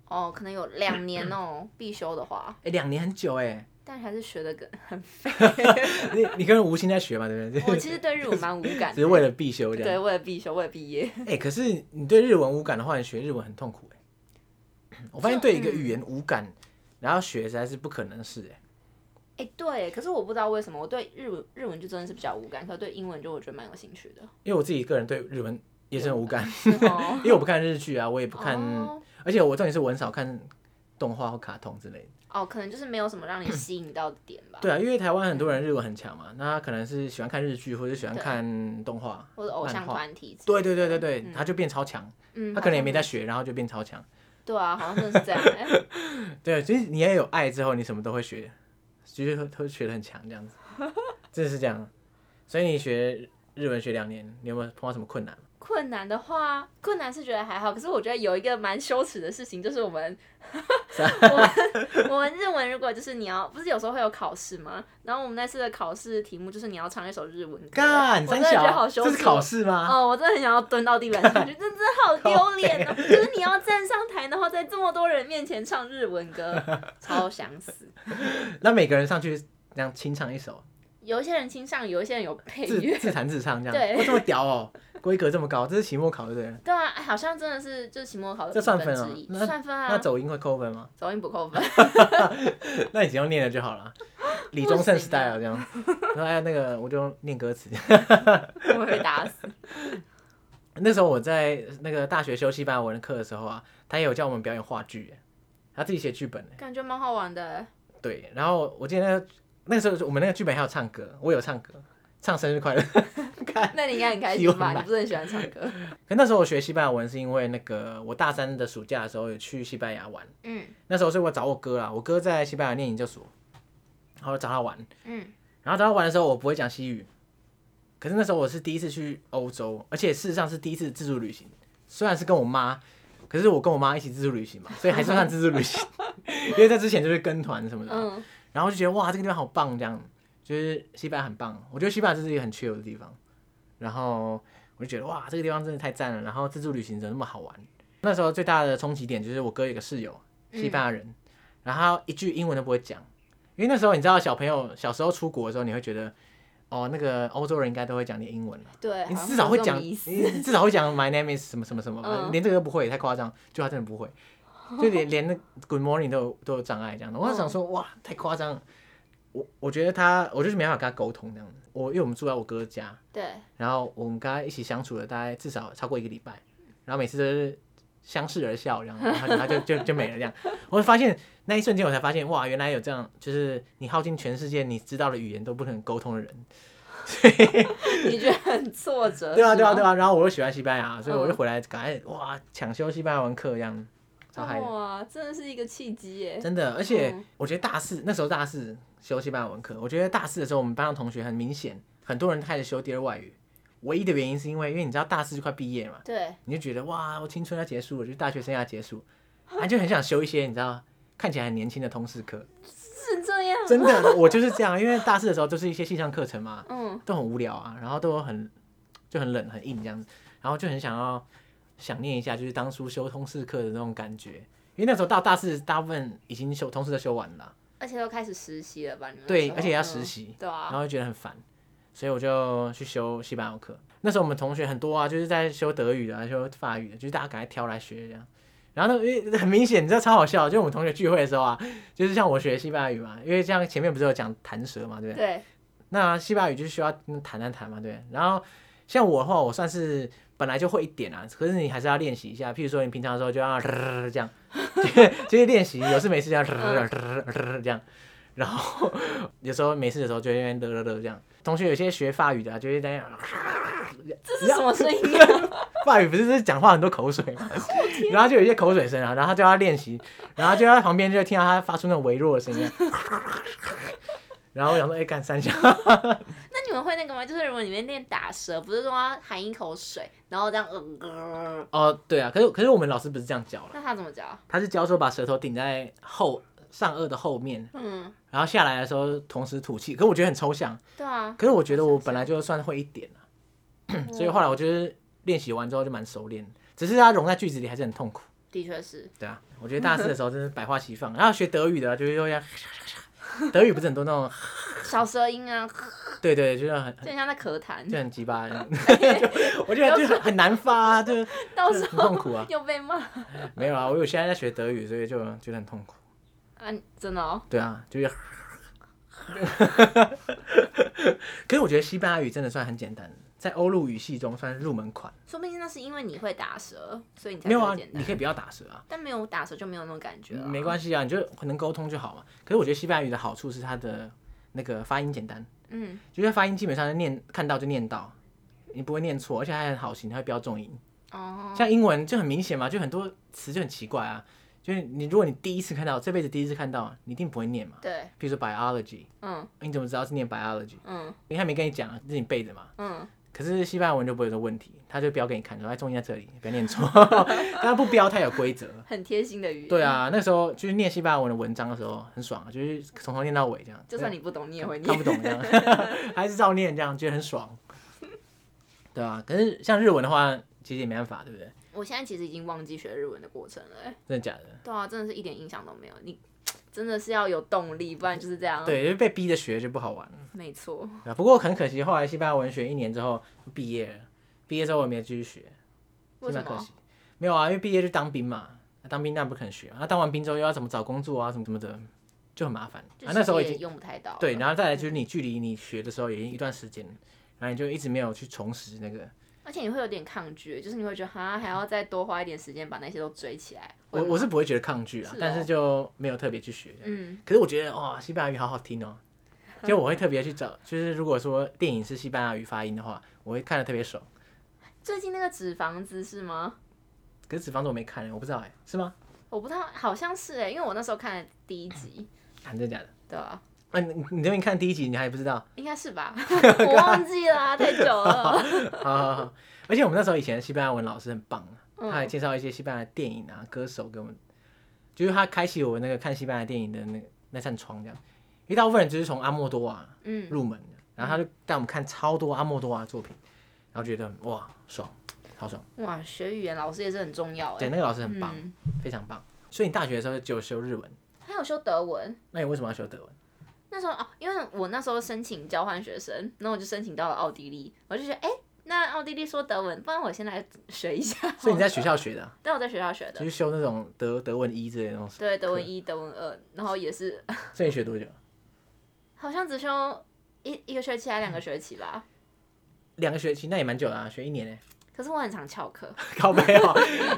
B: 哦，可能有两年哦，必修的话，
A: 哎、两年很久哎、
B: 但还是学
A: (laughs)
B: 的个很废。
A: 你你跟人无心在学嘛，对不 (laughs)
B: 我
A: 对？
B: 其实对日文蛮无感
A: 只是
B: 的，
A: 为了必修这
B: 对，
A: 样。
B: 为了必修，为了
A: (laughs)
B: 毕业。 (laughs)
A: 哎、可是你对日文无感的话，你学日文很痛苦哎、 (clears throat) 我发现对一个
B: 嗯
A: 语言无感，然后学实在是不可能的事哎、
B: 哎、对，可是我不知道为什么我对日文日文就真的是比较无感，可是对英文就我觉得蛮有兴趣
A: (laughs)
B: 的。
A: 因为我自己个人对日文也是很无
B: (laughs)
A: 感，
B: 哦，
A: 因为我不看日剧啊，我也不看，
B: 哦
A: 而且我重点是我很少看动画或卡通之类的。
B: 哦，可能就是没有什么让你吸引到的点吧。
A: 对啊，因为台湾很多人日文很强嘛，那他可能是喜欢看日剧或者喜欢
B: 对
A: 看动画。
B: 或者偶像
A: 漫画
B: 团体之类
A: 对
B: 的，
A: 对对对对，
B: 嗯
A: 他就变超强，
B: 嗯，
A: 他可能也没
B: 好
A: 在学，然后就变超强。
B: 像。对啊，好像真的
A: (laughs)
B: 是这样、哎
A: 对，其实你也有爱之后，你什么都会学，就是会会学的很强这样子，真的是这样。所以你学日文学两年，你有没有碰到什么困难？
B: 困难的话，困难是觉得还好，可是我觉得有一个蛮羞耻的事情，就是
A: (laughs)
B: 我们我们我们日文如果就是你要，不是有时候会有考试吗？然后我们那次的考试题目就是你要唱一首日文歌，
A: 干，三
B: 我真的觉
A: 小，
B: 得
A: 啊
B: 好羞
A: 这
B: 耻。
A: 是考试吗？
B: 哦，我真的很想要蹲到地板
A: (laughs)
B: 上去，这真的好丢脸哦！就是你要站上台，然后在这么多人面前唱日文
A: (laughs)
B: 歌，超想死。
A: 那每个人上去这样清唱一首，
B: 有一些人清唱，有一些人有配
A: 自
B: 乐，
A: 自弹自唱这样，
B: 对
A: 哇，这么屌哦，规格这么高，这是期末考对不对？
B: 对啊，哎好像真的是就是期末考的
A: 这算
B: 分
A: 分哦
B: 之一，
A: 那
B: 算分
A: 那
B: (laughs) 啊，
A: 走音会扣分吗？ (laughs)
B: 走音不扣分。 (laughs)
A: 那你只要念了就好了，李宗
B: 啊
A: 盛 style 这样。然后还有那个，我就念歌词。
B: 我会被打死。
A: 那时候我在那个大学修西班牙文课的时候啊，他也有叫我们表演话剧耶，他自己写剧本耶。
B: 感觉蛮好玩的。
A: 对，然后我记得那个那时候我们那个剧本还有唱歌，我有唱歌，唱生日快乐。 (laughs) 哎
B: 那你应该很开心吧？你不是很喜欢唱歌？
A: 可那时候我学西班牙文是因为那个我大三的暑假的时候有去西班牙玩，
B: 嗯
A: 那时候是我找我哥啦，我哥在西班牙念研究所，然后找他玩，
B: 嗯，
A: 然后找他玩的时候我不会讲西语，可是那时候我是第一次去欧洲，而且事实上是第一次自助旅行，虽然是跟我妈，可是我跟我妈一起自助旅行嘛，所以还算算自助旅行，因为在之前就是跟团什么的，
B: 嗯，
A: 然后就觉得哇，这个地方好棒，这样就是西班牙很棒，我觉得西班牙就是一个很 chill 的地方。然后我就觉得哇，这个地方真的太赞了。然后自助旅行怎么那么好玩？那时候最大的冲击点就是我哥有个室友，西班牙人，然后他一句英文都不会讲，因为那时候你知道小朋友小时候出国的时候，你会觉得哦，那个欧洲人应该都会讲点英文了。
B: 对，
A: 你
B: 好像
A: 至少会
B: 有这种
A: 讲，
B: 迷
A: 你
B: 思
A: 你至少会讲 my name is 什么什么什么，
B: 嗯
A: 连这个都不会，太夸张，就他真的不会，就连连那 good morning 都有都有障碍这样的。我
B: 嗯
A: 就想说，哇，太夸张了，我我觉得他，我就是没办法跟他沟通这样子。我因为我们住在我哥家，
B: 对， (laughs)
A: 然后我们跟他一起相处了大概至少超过一个礼拜，然后每次都是相视而笑，然后然后他就就就就没了这样。我就发现那一瞬间，我才发现哇，原来有这样，就是你耗尽全世界你知道的语言都不能沟通的人，
B: 你觉得很挫折？
A: 对啊，对啊，
B: 呃是
A: 对
B: 吗
A: 啊。然后我又喜欢西班牙，所以我就
B: 嗯哦
A: 回来赶快哇抢修西班牙文课这样，啊超嗨的，
B: 哇，真的是一个契机耶！
A: 真的。而且
B: 嗯
A: 我觉得大四那时候大四修西班牙文课，我觉得大四的时候我们班上同学很明显，很多人开始修第二外语。唯一的原因是因为，因为你知道大四就快毕业嘛，
B: 对，
A: 你就觉得哇，我青春要结束了，就是大学生涯结束，啊，就很想修一些你知道看起来很年轻的通识课。
B: 是这 (laughs) 样。
A: 真的，我就是这样，因为大四的时候都是一些线上课程嘛，
B: (laughs) 嗯，
A: 都很无聊啊，然后都很就很冷很硬这样子，然后就很想要想念一下，就是当初修通识课的那种感觉，因为那时候到大四大部分已经修通识都修完了啊，
B: 而且都开始实习了吧？你们那
A: 对，
B: 时候
A: 而且也要
B: 嗯
A: 实习，
B: 对
A: 然
B: 啊，
A: 后就觉得很烦，所以我就去修西班牙课。那时候我们同学很多啊，就是在修德语的、啊，修法语的，就是大家赶快挑来学这样。然后呢，因为很明显，你知道超好笑，就是我们同学聚会的时候啊，就是像我学西班牙语嘛，因为像前面不是有讲弹舌嘛，对不对？
B: 对，
A: 那西班牙语就是需要谈谈谈嘛，对。然后像我的话，我算是本来就会一点啊，可是你还是要练习一下。譬如说，你平常的时候就要 (laughs) 这样，就是练习，有事没事这样 (laughs) 这样。然后有时候没事的时候就在那边 (laughs) 乐乐乐这样。同学有些学法语的、啊，就会在那边
B: 这是什么声音啊？
A: (laughs) 法语不是就是讲话很多口水 (laughs) 嘛，然后就有一些口水声啊，然后他就要练习，然后就在旁边就听到他发出那种微弱的声音 (laughs) 啊，然后我想说，哎、干三下。
B: (laughs) 那你们会那个吗？就是如果你们练打舌，不是说要含一口水，然后这样嗯、呃，
A: (laughs) 哦，对啊，可是可是我们老师不是这样教了，
B: 那他怎么教？
A: 他是教说把舌头顶在后上颚的后面，
B: 嗯，
A: 然后下来的时候同时吐气。可我觉得很抽象，
B: 对啊，
A: 可是我觉得我本来就算会一点啊，
B: 嗯
A: 所以后来我就是练习完之后就蛮熟练的，只是它融在句子里还是很痛苦。
B: 的确是，
A: 对啊，我觉得大四的时候真是百花齐放，然后学德语的啊就是又要。 (laughs) 德语不是很多那种，
B: 小舌音啊，
A: 对对，就是很
B: 就很像在咳痰
A: 就，很鸡巴，就我觉得就很很难发、啊，就
B: 到时
A: 很
B: 候
A: 痛苦啊。
B: (laughs) 又被骂
A: 没有啊，我有现在在学德语，所以就觉得很痛苦。
B: 啊，真的哦，
A: 对啊，就是。可是我觉得西班牙语真的算很简单的，在欧陆语系中算是入门款。
B: 说不定那是因为你会打舌，所以你才
A: 没有啊
B: 会简，
A: 你
B: 单。
A: 可以不要打舌啊，
B: 但没有打舌就没有那种感觉了。
A: 没关系啊，你就能沟通就好嘛。可是我觉得西班牙语的好处是它的那个发音简单，
B: 嗯，
A: 就是它发音基本上是念看到就念到，你不会念错，而且还很好形，它会标重音。
B: 哦，
A: 像英文就很明显嘛，就很多词就很奇怪啊，就是你如果你第一次看到，这辈子第一次看到，你一定不会念嘛。
B: 对，
A: 比如说 biology，
B: 嗯
A: 你怎么知道是念 biology？
B: 嗯
A: 因为他没跟你讲，是你背的嘛。
B: 嗯， (laughs)
A: 可是西班牙文就不会有这个问题，他就标给你看，说哎，重音在这里，不要念错。 (laughs) 但他不标，他有规则。
B: 很贴心的语言。
A: 对，啊，那时候就是念西班牙文的文章的时候很爽啊，就是从头念到尾这样，
B: 就算你不懂，你也会
A: 看不
B: 念。
A: 懂这样，
B: (laughs)
A: 还是照念这样，觉得很爽。对啊，可是像日文的话，其实也没办法，对不对？
B: 我现在其实已经忘记学日文的过程了、欸。
A: 真的假的？
B: 对啊，真的是一点影响都没有。你真的是要有动力，不然就是这样。，
A: 对，就是被逼着学就不好玩了。
B: 没错。
A: 对啊不过很可惜，后来西班牙文学一年之后毕业了，毕业之后我也没有继续学，
B: 为
A: 是
B: 什
A: 蛮可
B: 么？
A: 惜。没有啊，因为毕业就当兵嘛，那当兵那不可能学啊，那当完兵之后又要怎么找工作啊，什么什么的，就很麻烦。
B: 就
A: 啊，那时候已
B: 是也
A: 经
B: 用不太到。
A: 对，，然后再来就是你距离你学的时候也已经一段时间了，然后你就一直没有去重拾那个。
B: 而且你会有点抗拒，就是你会觉得哈还要再多花一点时间把那些都追起来。
A: 我
B: 会吗
A: 我是不会觉得抗拒啊，
B: 是哦
A: 但是就没有特别去学。
B: 嗯，
A: 可是我觉得哇，西班牙语好好听
B: (laughs)
A: 哦，就我会特别去找，就是如果说电影是西班牙语发音的话，我会看的特别爽。
B: 最近那个纸房子是吗？
A: 可是《纸房子》我没看、我不知道哎、是吗？
B: 欸
A: (laughs)
B: 我不知道，好像是哎、因为我那时候看了第一集，
A: 啊真的假的？
B: 对啊，
A: 啊，你你你这边看第一集，你还不知道？
B: 应该是
A: (laughs)
B: 吧？我忘记了啊，太久了。
A: 好好好，而且我们那时候以前的西班牙文老师很棒，啊他还
B: 嗯，
A: 介绍一些西班牙的电影啊、歌手给我们，就是他开启我那个看西班牙电影的那个那扇窗，这样。因为大部分人就是从阿莫多瓦
B: 嗯，
A: 入门的，然后他就带我们看超多阿莫多瓦的作品，然后觉得哇爽，好爽。
B: 哇，学语言老师也是很重要
A: 对，
B: 哎。
A: 那个老师很棒，
B: 嗯，
A: 非常棒。所以你大学的时候就有修日文，
B: 还有修德文。
A: 那你为什么要修德文？
B: 那时候哦，因为我那时候申请交换学生，然后我就申请到了奥地利，我就觉得哎、诶那奥地利说德文，不然我先来学一下。 (laughs)
A: 所以你在学校学的啊、
B: 但我在学校学的
A: 就，是修那种德德文一之类的东西。
B: 对，德文一、德文二，然后也是
A: 所以你学多久？
B: 好像只修一一个学期还两个学期吧。
A: 两个学期，那也蛮久的啊，学一年呢、
B: 可是我很常翘课，
A: (laughs) 靠背哦、 (laughs)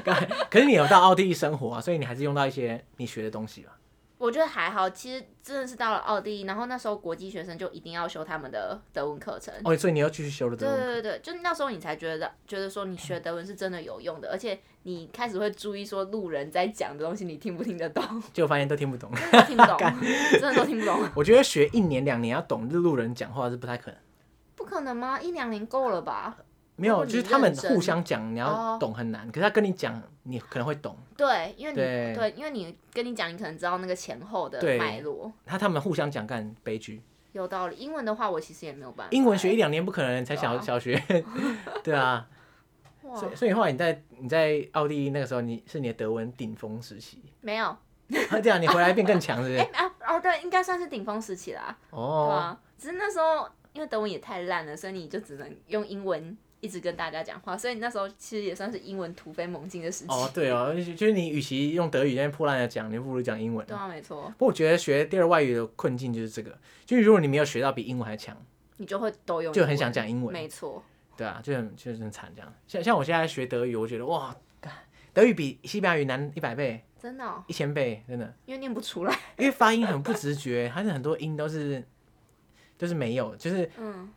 A: 可是你有到奥地利生活啊，所以你还是用到一些你学的东西吧。
B: 我觉得还好。其实真的是到了奥地利，然后那时候国际学生就一定要修他们的德文课程。
A: 哦，所以你又继续修了德
B: 对
A: 文。
B: 对对对，就那时候你才觉得觉得说你学德文是真的有用的，而且你开始会注意说路人在讲的东西你听不听
A: (laughs)
B: 得懂，
A: 结果发现都听不懂。
B: 真的听不懂，真的都听不懂，
A: 我觉得学一年两年要懂路人讲话是不太可能，
B: 不可能吗？一两年够了吧？
A: 没有，
B: 如果
A: 就
B: 你
A: 是他们
B: 认真
A: 互相讲，你要
B: 哦
A: 懂很难。可是他跟你讲，你可能会懂。
B: 对，因为你
A: 对
B: 因为你跟你讲，你可能知道那个前后的
A: 对
B: 脉络，
A: 他他们互相讲干悲剧。
B: 有道理。英文的话，我其实也没有办法。欸
A: 英文学一两年不可能，才小
B: 啊对啊
A: 小学， (laughs) 对啊。
B: 哇
A: 所以所以后来你在你在奥地利那个时候，你是你的德文顶峰时期， (laughs)
B: 没有，
A: 啊这样你回来变更强，是不
B: 哎、
A: 是？
B: 啊哦 (laughs) 对，应该算是顶峰时期啦，对
A: 哦，
B: 啊？只是那时候因为德文也太烂了，所以你就只能用英文一直跟大家讲话，所以你那时候其实也算是英文突飞猛进的时期。
A: 哦，对哦，就是就是你与其用德语在那边破烂的讲，你不如讲英文。
B: 对啊，没错，
A: 不过我觉得学第二外语的困境就是这个，就是如果你没有学到比英文还强，
B: 你就会都用，
A: 就很想讲英文
B: 没错，
A: 对啊，就很就是很惨这样。像像我现在学德语，我觉得哇， (laughs) 德语比西班牙语难一百倍、
B: 真的、哦，
A: 一千倍，真的，
B: 因为念不
A: (laughs)
B: 出来。
A: 因为发音很不直觉， (laughs) 它是很多音都是都是没有，就是
B: 嗯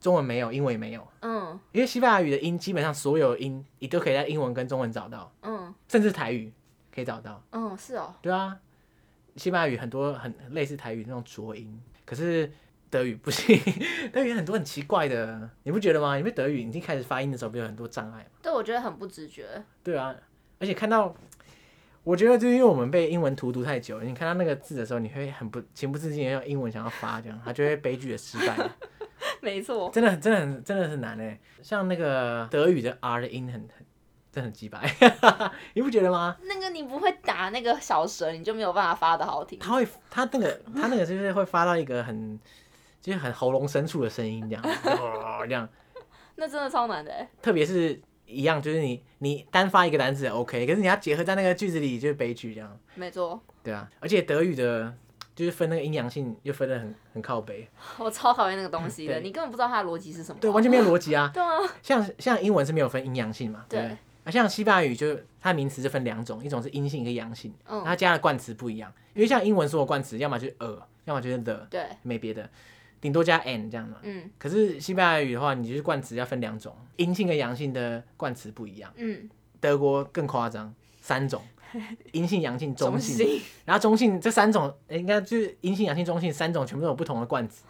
A: 中文没有，英文也没有。
B: 嗯
A: 因为西班牙语的音基本上所有音，你都可以在英文跟中文找到，
B: 嗯
A: 甚至台语可以找到。
B: 嗯，是哦，
A: 对啊，西班牙语很多很很类似台语那种浊音，可是德语不行， (laughs) 德语很多很奇怪的，你不觉得吗？因为德语你一开始发音的时候，不是有很多障碍吗？
B: 对，我觉得很不直觉。
A: 对啊，而且看到，我觉得就是因为我们被英文荼毒太久，你看到那个字的时候，你会很不情不自禁地用英文想要发，这样它就会悲剧的失败。 (laughs)
B: 没错，
A: 真的很真的很真的很难哎，像那个德语的 R 的音很很真的很鸡白， (laughs) 你不觉得吗？
B: 那个你不会打那个小舌，你就没有办法发的好听。
A: 他会，他那个，他那个就是会发到一个很，就是很喉咙深处的声音，这样， (laughs) 哦这样。
B: 那真的超难的欸，
A: 特别是一样，就是你你单发一个单词 OK，可是你要结合在那个句子里，就是悲剧这样，
B: 没错，
A: 对啊。而且德语的，就是分那个阴阳性，又分的很很靠北，
B: 我超讨厌那个东西的，
A: 对
B: 你根本不知道它的逻辑是什么啊。
A: 对，完全没有逻辑啊。
B: 对啊，
A: 像像英文是没有分阴阳性嘛，对不对
B: 对。
A: 啊，像西班牙语就是它名词是分两种，一种是阴性，一个阳性，
B: 嗯
A: 它加的冠词不一样。因为像英文所有冠词，要么就是 a，要么就是 the，
B: 对，
A: 没别的，顶多加 an 这样嘛。
B: 嗯
A: 可是西班牙语的话，你就是冠词要分两种，阴性跟阳性的冠词不一样。
B: 嗯，
A: 德国更夸张，三
B: (laughs)
A: 种，阴性、阳性、中性。
B: 性，
A: 然后中性这三种，诶应该就是阴性、阳性、中性三种，全部都有不同的冠词。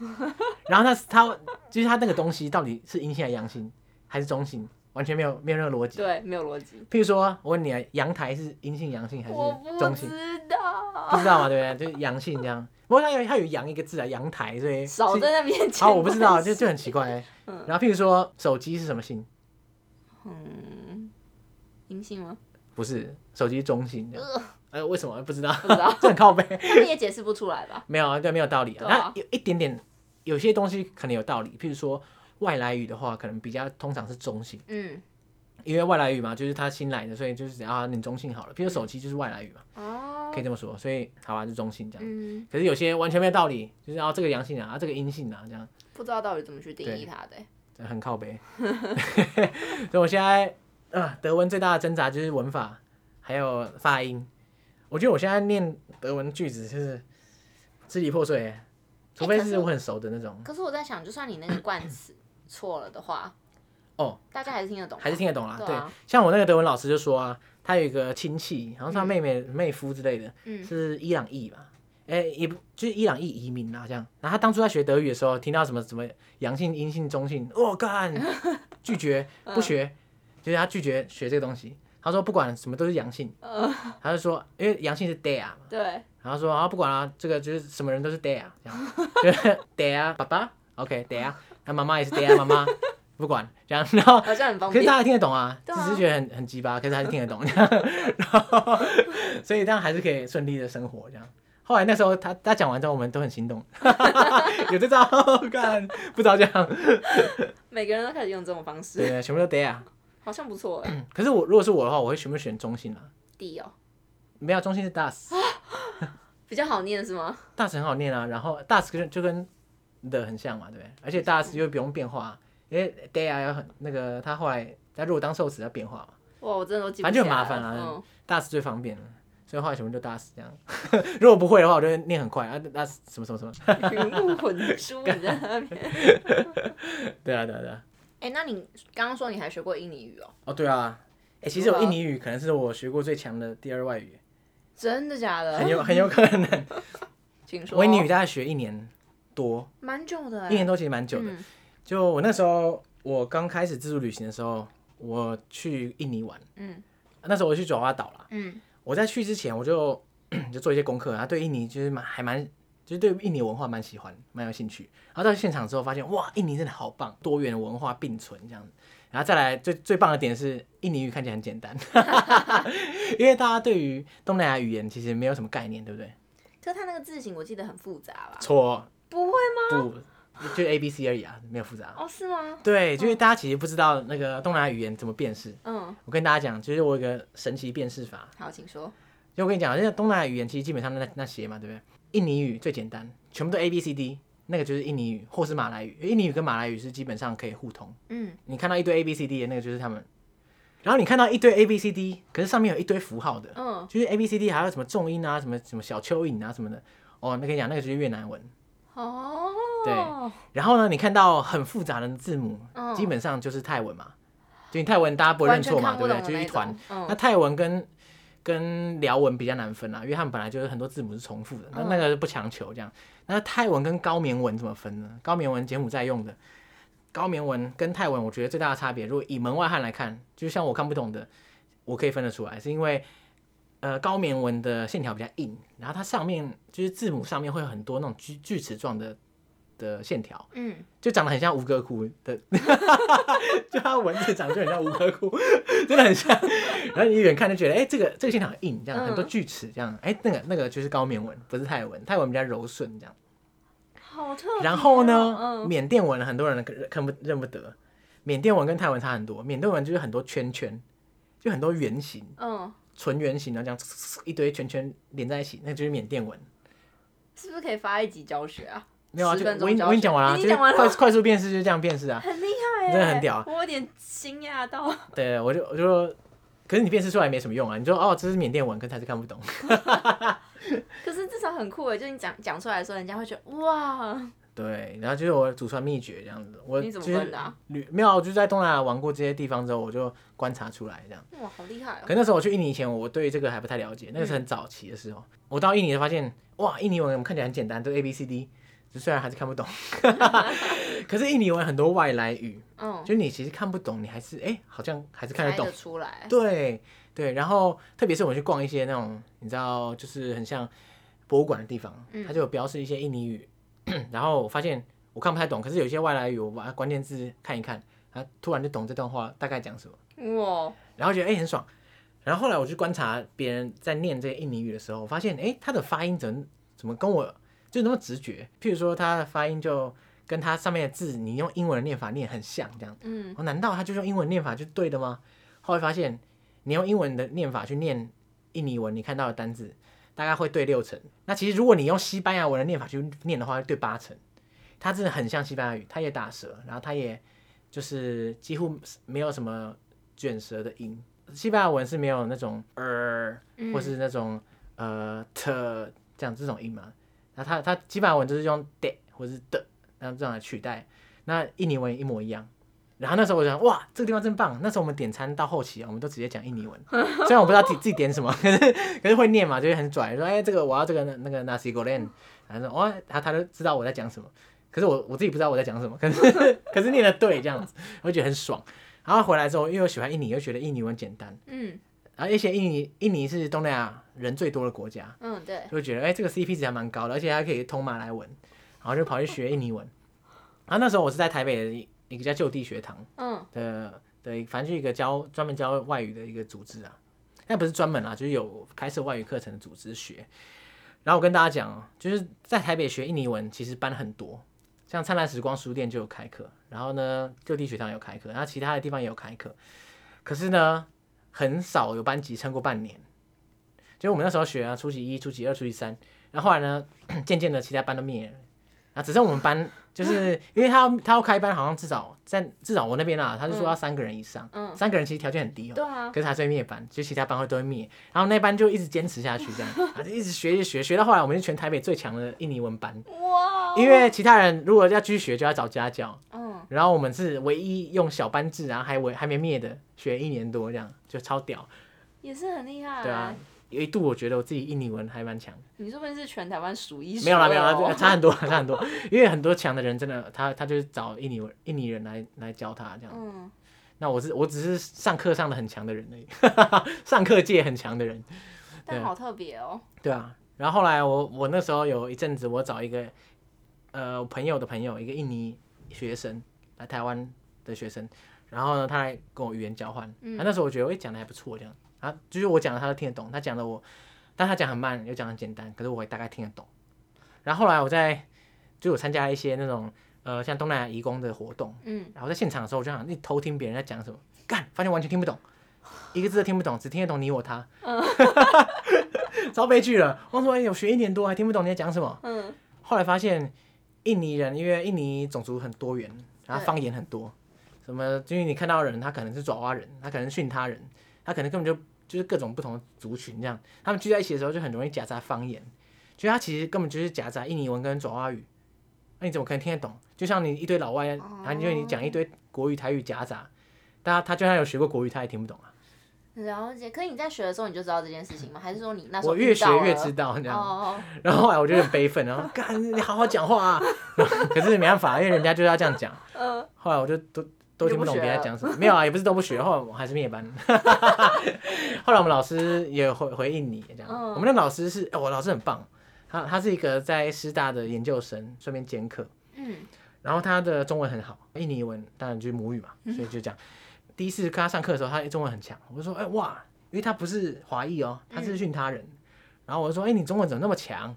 A: 然后那它就是它那个东西到底是阴性还是阳性，还是中性，完全没有没有那个逻辑。
B: 对，没有逻辑，
A: 譬如说，我问你啊，阳台是阴性、阳性还
B: 我
A: 是
B: 不
A: 中性？
B: 知
A: 不
B: 道，
A: 知道嘛，对不对？就是阳性这样。不过它有它有阳一个字啊，阳台，所以
B: 少
A: (laughs) 是
B: 在那边
A: (laughs)
B: 讲。
A: 啊，我不知道，就就很奇怪、欸。
B: 嗯
A: 然后譬如说手机是什么姓？
B: 嗯，阴性吗？
A: 不是，手机中性这样。
B: 呃，
A: 呃，为什么不知道？
B: 不知道，
A: (laughs) 这很靠背。
B: 他们也解释不出来吧？
A: 没有啊，对，没有道理啊。
B: 对
A: 那、
B: 啊
A: 有一点点，有些东西可能有道理，譬如说外来语的话，可能比较通常是中性，
B: 嗯，
A: 因为外来语嘛，就是它新来的，所以就是啊，你中性好了。譬如手机就是外来语嘛，
B: 哦
A: 可以，这么说，所以好啊，就中性这样。
B: 嗯，
A: 可是有些完全没有道理，就是啊，这个阳性啊，啊这个阴性啊，这样
B: 不知道到底怎么去定义它的欸。
A: 很靠 (laughs) 背。所以我现在啊，德文最大的挣扎就是文法还有发音。我觉得我现在念德文句子就是支离破碎欸，除非
B: 可
A: 是
B: 是
A: 我很熟的那种。
B: 可是我在想，就算你那个冠词错了的话，
A: 哦，
B: 大家还是听得懂吧，
A: 还是听得懂啦。
B: 对啊
A: 像我那个德文老师就说啊，他有一个亲戚，好像是他妹妹、妹夫之类的，
B: 嗯
A: 是伊朗裔吧？哎、也不就是伊朗裔移民啦，这样。然后他当初在学德语的时候，听到什么什么阳性、阴性、中性，我、干，
B: (laughs)
A: 拒绝
B: 嗯
A: 不学，就是他拒绝学这个东西。他说不管什么都是阳性，
B: 嗯，
A: 他就说因为阳性是 dare 嘛， (laughs)
B: 对，
A: 然后说啊不管啦、这个就是什么人都是 dare 这样， (laughs) 就是
B: (laughs)
A: dare 爸爸，OK dare，那妈妈也是 dare 妈妈，不管这样，然后
B: 好像很方
A: 可是
B: 便。
A: 大家听得懂啊，
B: 对
A: 只
B: 啊
A: 是觉得很很鸡巴，可是还是听得懂， (laughs) 然后所以这样还是可以顺利的生活这样。后来那时候他他讲完之后，我们都很心动， (laughs) 有这招干，不知道这样，
B: 每个人都开始用这种方
A: 对嗯
B: 式，
A: 对，全部都 d a r
B: 好像不错哎。
A: 可是我如果是我的话，我会全部选中性啊，
B: D 哦，
A: 没有中性是 das，das
B: 比较好念是吗？
A: 很好念啊，然后 das 就就跟的很像嘛，对不对？而且 das 又不用变化，啊因为 d a r 要很那个，他后来他如果当受词要变化嘛
B: 哇，我真的都记不
A: 反
B: 起
A: 正
B: 来
A: 就
B: 了。
A: 很麻烦啊
B: 嗯，
A: ，das 最方便了。所以后来全部就 das 这样， (laughs) 如果不会的话，我就会念很快啊，das 什么什么什么。(laughs)
B: 嗯云雾混珠，你在那边。
A: 对啊，对啊，对啊。
B: 哎、那你刚刚说你还学过印尼语哦？
A: 哦，对啊，哎、其实有印尼语可能是我学过最强的第二外语，
B: 真的假
A: 很
B: 的？
A: 有
B: (laughs)
A: 很有可能。
B: 请说。
A: 我印尼语大概学一年多，
B: 蛮久的、
A: 一
B: 欸，
A: 年多其实蛮久的。
B: 嗯
A: 就我那时候，我刚开始自助旅行的时候，我去印尼玩，
B: 嗯
A: 那时候我去爪哇岛啦。
B: 嗯
A: 我在去之前，我就 (clears throat) 就做一些功课，然后对印尼就是蛮还蛮，就是对印尼文化蛮喜欢，蛮有兴趣。然后到现场之后发现，哇，印尼真的好棒，多元文化并存这样子。然后再来最最棒的点是，印尼语看起来很简单， (laughs) 因为大家对于东南亚语言其实没有什么概念，对不对？
B: 可是它那个字形我记得很复杂吧？
A: 错
B: 不会
A: 不，就 A B C 而已啊，没有复杂。
B: 哦，是吗？
A: 对，就是大家其实不知道那个东南亚语言怎么辨识。
B: 嗯，
A: 我跟大家讲，就是我有一个神奇辨识法，
B: 好，请说。
A: 就我跟你讲，那个东南亚语言其实基本上那那些嘛，对不对？印尼语最简单，全部都 A B C D，那个就是印尼语或是马来语。印尼语跟马来语是基本上可以互通。
B: 嗯，
A: 你看到一堆 A B C D 的那个就是他们，然后你看到一堆 A B C D，可是上面有一堆符号的，
B: 嗯，
A: 就是 A B C D 还有什么重音啊，什么什么小蚯蚓啊什么的。哦，那跟你讲，那个就是越南文。
B: 哦，
A: 对然后呢，你看到很复杂的字母，
B: 嗯
A: 基本上就是泰文嘛，就你泰文大家不会
B: 完
A: 认
B: 全
A: 错嘛，
B: 看
A: 对不
B: 不
A: 对？
B: 懂的
A: 就是一
B: 那
A: 团
B: 种。。
A: 那
B: 嗯，
A: 泰文跟跟辽文比较难分啊，因为他们本来就是很多字母是重复的，那
B: 嗯
A: 那个不强求这样。那泰文跟高棉文怎么分呢？高棉文柬埔寨用的，高棉文跟泰文，我觉得最大的差别，如果以门外汉来看，就像我看不懂的，我可以分得出来，是因为呃高棉文的线条比较硬，然后它上面就是字母上面会有很多那种锯锯齿状的的线条，
B: 嗯，
A: 就长得很像吴哥窟的， (laughs) 就它文字长得就很像吴哥窟， (laughs) 真的很像。然后你远看就觉得，哎、这个这个现场很硬，这样
B: 嗯
A: 很多锯齿这样，哎、那个那个就是高棉文，不是泰文，泰文比较柔顺
B: (laughs)
A: 这样。
B: 好特别哦。
A: 然后呢，
B: 嗯，
A: 缅甸文很多人可看不认不得，缅甸文跟泰文差很多，缅甸文就是很多圈圈，就很多圆形，
B: 嗯，
A: 纯圆形，然后这样嘖嘖嘖一堆圈圈连在一起，那就是缅甸文。
B: 是不是可以发一集教学啊？
A: 没有啊，
B: 十
A: 就
B: 分
A: 我
B: 钟
A: 已我已经讲完了啊，
B: 已
A: 就
B: 经
A: 是
B: 讲完了
A: 快快速辨识就是这样辨识啊。
B: 很厉害、欸，
A: 真的很屌
B: 我有点惊讶到。
A: 对，我就我就，可是你辨识出来没什么用啊。你说哦，这是缅甸文，可是还是看不懂。 (laughs)
B: 可是至少很酷哎，就你讲讲出来的时候，人家会觉得哇，
A: 对，然后就是我祖传秘诀这样子。我
B: 你怎么
A: 就是
B: 问的啊
A: 旅没有啊，我就在东南亚玩过这些地方之后，我就观察出来这样。
B: 哇，好厉害哦、
A: 可那时候我去印尼以前，我对这个还不太了解，那个是
B: 嗯
A: 很早期的时候。我到印尼才发现，哇，印尼文我们看起来很简单，都 A B C D，就虽然还是看不懂， (laughs) 可是印尼文很多外来语，
B: 嗯，
A: 就你其实看不懂，你还是哎、好像还是看得
B: 猜
A: 懂
B: 得。出来。
A: 对对，然后特别是我们去逛一些那种你知道，就是很像博物馆的地方，它就有标示一些印尼语， (clears throat) 然后我发现我看不太懂，可是有一些外来语，我把关键字看一看，啊，突然就懂这段话大概讲什么，
B: 哇，
A: 然后觉得哎、很爽。然后后来我去观察别人在念这个印尼语的时候，我发现哎、他的发音怎么怎么跟我就那么直觉，譬如说他的发音就跟他上面的字你用英文的念法念很像这样。
B: 嗯，
A: 哦，难道他就用英文念法就对的吗？后来发现，你用英文的念法去念印尼文，你看到的单字大概会对六成。那其实如果你用西班牙文的念法去念的话，会对八成。它真的很像西班牙语，它也打舌，然后它也就是几乎没有什么卷舌的音。西班牙文是没有那种呃，
B: 嗯
A: 或是那种呃 t 这样这种音嘛。那它它西班牙文就是用 de 或是的，然后这样来取代。那印尼文也一模一样。然后那时候我就想，哇，这个地方真棒。那时候我们点餐到后期啊，我们都直接讲印尼文，虽然我不知道自己自己点什么，可是可是会念嘛，就会很拽，说哎、这个我要这个那那个 nasi goreng，然后说哦，他他就知道我在讲什么，可是我我自己不知道我在讲什么，可是 (laughs) 可是念的对这样子，我就觉得很爽。然后回来之后，因为我喜欢印尼，又觉得印尼文简单，
B: 嗯
A: 然后而且印尼印尼是东南亚人最多的国家，
B: 嗯，对，
A: 就觉得哎、这个 CP 值还蛮高的，而且还可以通马来文，然后就跑去学印尼文。然后那时候我是在台北的一一个叫就地学堂。
B: 嗯
A: 的的一，反正就一个教专门教外语的一个组织啊，但不是专门啦，就是有开设外语课程的组织学。然后我跟大家讲哦，就是在台北学印尼文，其实班很多，像灿烂时光书店就有开课，然后呢，就地学堂有开课，然后其他的地方也有开课。可是呢，很少有班级撑过半年。就是我们那时候学啊，初级一、初级二、初级三，然后后来呢， (clears throat) 渐渐的其他班都灭了，啊，只剩我们班，就是因为他要他要开班，好像至少在至少我那边啊，他就说要三个人以上，
B: 嗯，
A: 三个人其实条件很低哦、
B: 对啊，
A: 可是还是会灭班，就其他班会都会灭，然后那班就一直坚持下去，这样， (laughs) 啊，就一直学，一直学，学到后来我们是全台北最强的印尼文班，
B: 哇，
A: 因为其他人如果要继续学，就要找家教，
B: 嗯
A: 然后我们是唯一用小班制，然后还唯还没灭的，学一年多这样，就超屌，
B: 也是很厉害，
A: 对啊，有一度我觉得我自己印尼文还蛮强。
B: 你说不定是全台湾数一数
A: 没有啦，没有
B: 二
A: 啦，
B: 哦
A: 差很多，差很多。因为很多强的人真的，他他就是找印尼文印尼人来来教他这样。
B: 嗯，
A: 那我是我只是上课上的很强的人而已， (laughs) 上课界很强的人，
B: 但
A: 对啊
B: 好特别哦，
A: 对啊。然后后来我我那时候有一阵子，我找一个呃我朋友的朋友，一个印尼学生来台湾的学生，然后呢他来跟我语言交换，
B: 嗯
A: 啊那时候我觉得我讲的还不错这样，啊就是我讲的他都听得懂，他讲的我，但他讲很慢，又讲得很简单，可是我也大概听得懂。然后后来我在就有参加一些那种呃像东南亚移工的活动，
B: 嗯
A: 然后在现场的时候，我就想你偷听别人在讲什么，干，发现完全听不懂，一个字都听不懂，只听得懂你我他，
B: 嗯 (laughs)
A: 超悲剧了。我说哎，有学一年多还听不懂你在讲什么。
B: 嗯
A: 后来发现印尼人，因为印尼种族很多元，然后
B: 对
A: 方言很多，什么因为你看到的人，他可能是爪哇人，他可能是训他人，他可能根本就就是各种不同的族群这样，他们聚在一起的时候就很容易夹杂方言，就他其实根本就是夹杂印尼文跟爪哇语，哎那你怎么可能听得懂？就像你一堆老外，然
B: 哦
A: 后因为你讲一堆国语、台语夹杂，但他他就算有学过国语，他也听不懂啊。
B: 了解。可是你在学的时候你就知道这件事情吗？还是说你那时候
A: 我越
B: 遇
A: 学
B: 到
A: 越
B: 了
A: 知道，这样。
B: 哦，
A: 然后后来我就很悲愤，然后干你好好讲话啊！可是没办法，因为人家就是要这样讲。
B: (laughs) 嗯，
A: 后来我就都都听不懂
B: 你就不学
A: 别
B: 了
A: 人在
B: (laughs)
A: 讲什么，没有啊，也不是都不学，后来我还是灭班。 (laughs) 后来我们老师也回回应你这样，
B: 嗯
A: 我们的老师是，哎我老师很棒，他他是一个在师大的研究生，顺便兼课，
B: 嗯
A: 然后他的中文很好，印尼文当然就是母语嘛，
B: 嗯
A: 所以就这样。第一次跟他上课的时候，他中文很强，我就说，哎、哇，因为他不是华裔哦，他是训他人，
B: 嗯
A: 然后我就说，哎、你中文怎么那么强？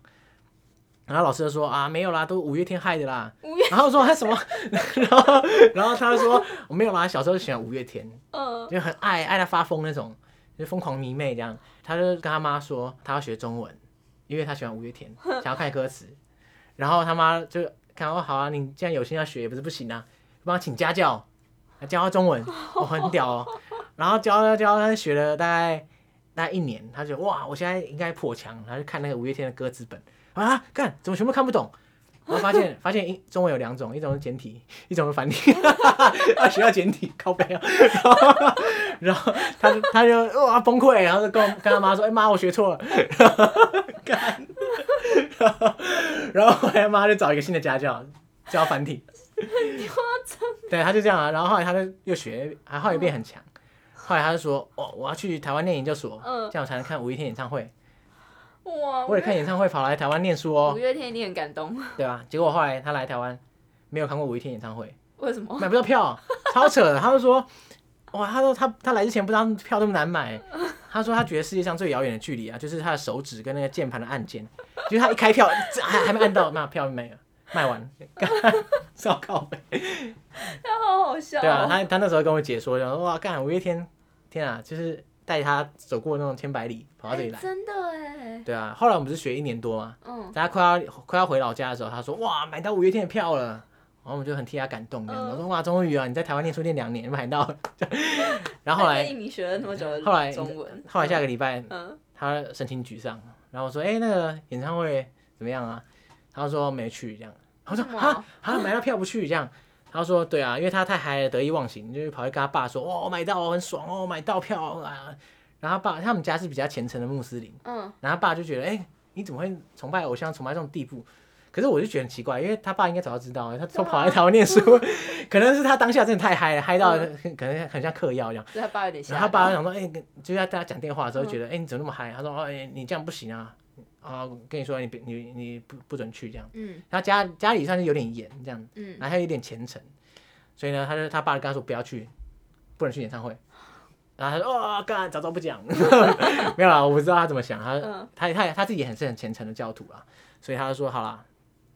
A: 然后老师就说啊，没有啦，都五月天害的啦。
B: 五月
A: 然后我说啊他什么？ (laughs) 然后 (laughs) 然后他就说我没有啦，小时候就喜欢五月天，
B: 嗯
A: 就很爱爱到发疯那种，就疯狂迷妹这样。他就跟他妈说他要学中文，因为他喜欢五月天，想要看歌词。然后他妈就看哦，好啊，你既然有心要学，也不是不行啊，帮他请家教，还教他中文，哦，很屌哦。 (laughs) 然后教教教，他学了大概大概一年，他就哇，我现在应该破强。他就看那个五月天的歌词本啊，干怎么全部看不懂？然后发现发现英中文有两种，一种是简体，一种是繁体。 (laughs) 他学到简体，靠背啊。然后然后他就他就哇崩溃，然后就跟我跟他妈说：“哎、妈，我学错了。”然后干，然后然后后来妈就找一个新的家教教繁体，对，他就这样啊。然后后来他就又学，还后来变很强。后来他就说：“哦，我要去台湾念研究所，
B: 嗯哦
A: 这样我才能看五月天演唱会。
B: 哇，
A: 为了看演唱会跑来台湾念书哦
B: 五，月天一定很感动，
A: 对吧、结果后来他来台湾，没有看过五月天演唱会，
B: 为什么？ (laughs)
A: 买不到票，超扯的。他就说，哇，他说他他来之前不知道票那么难买，他说他觉得世界上最遥远的距离啊，就是他的手指跟那个键盘的按键，就是他一开票这还还没按到，那票没了， (laughs) 卖完，干烧靠背。
B: 他好好笑哦，
A: 对啊，他他那时候跟我解说，然后哇，干五月天，天啊，就是带他走过那种千百里，跑到这里来
B: 哎。真的哎，
A: 对啊，后来我们不是学一年多吗？
B: 嗯
A: 在他快要快要回老家的时候，他说：“哇，买到五月天的票了。”然后我们就很替他感动，这样子
B: 嗯
A: 我说：“哇，终于啊，你在台湾念书念两年，买到 (laughs) 了。”然后后
B: 那
A: 来，
B: 你学了那么久的
A: 后来
B: 中文，
A: 后来下个礼拜
B: 嗯
A: 他神情沮丧，然后我说：“哎、那个演唱会怎么样啊？”他说：“没去。”这样，我说：“
B: 为什么
A: 啊啊，买到票不去这样。”他说对啊，因为他太嗨了，得意忘形，就是跑去跟他爸说，哦，我买到，我很爽哦，我买到票啊。然后他爸他们家是比较虔诚的穆斯林，
B: 嗯，
A: 然后他爸就觉得，哎、你怎么会崇拜偶像崇拜这种地步？可是我就觉得很奇怪，因为他爸应该早就知道，他
B: 对
A: 都
B: 啊
A: 跑来台湾念
B: (laughs)
A: 书，可能是他当下真的太嗨了，嗨到可能很像嗑药一样。
B: 对他爸有嗯点吓
A: 然
B: 到。
A: 后他爸想说，哎、就是在大家讲电话的时候，
B: 嗯
A: 觉得，哎、你怎么那么嗨？他说，哦、哎你这样不行啊，啊，我跟你说，你别你你不不准去这样。
B: 嗯
A: 他家家里算是有点严这样，
B: 嗯，
A: 然后他有点虔诚，所以呢，他就他爸就跟他说不要去，不能去演唱会。然后他说：“哦，干，早知道不讲。” (laughs) 没有啦，我不知道他怎么想。他、
B: 嗯
A: 他他他自己也很是很虔诚的教徒啦，所以他就说：“好啦，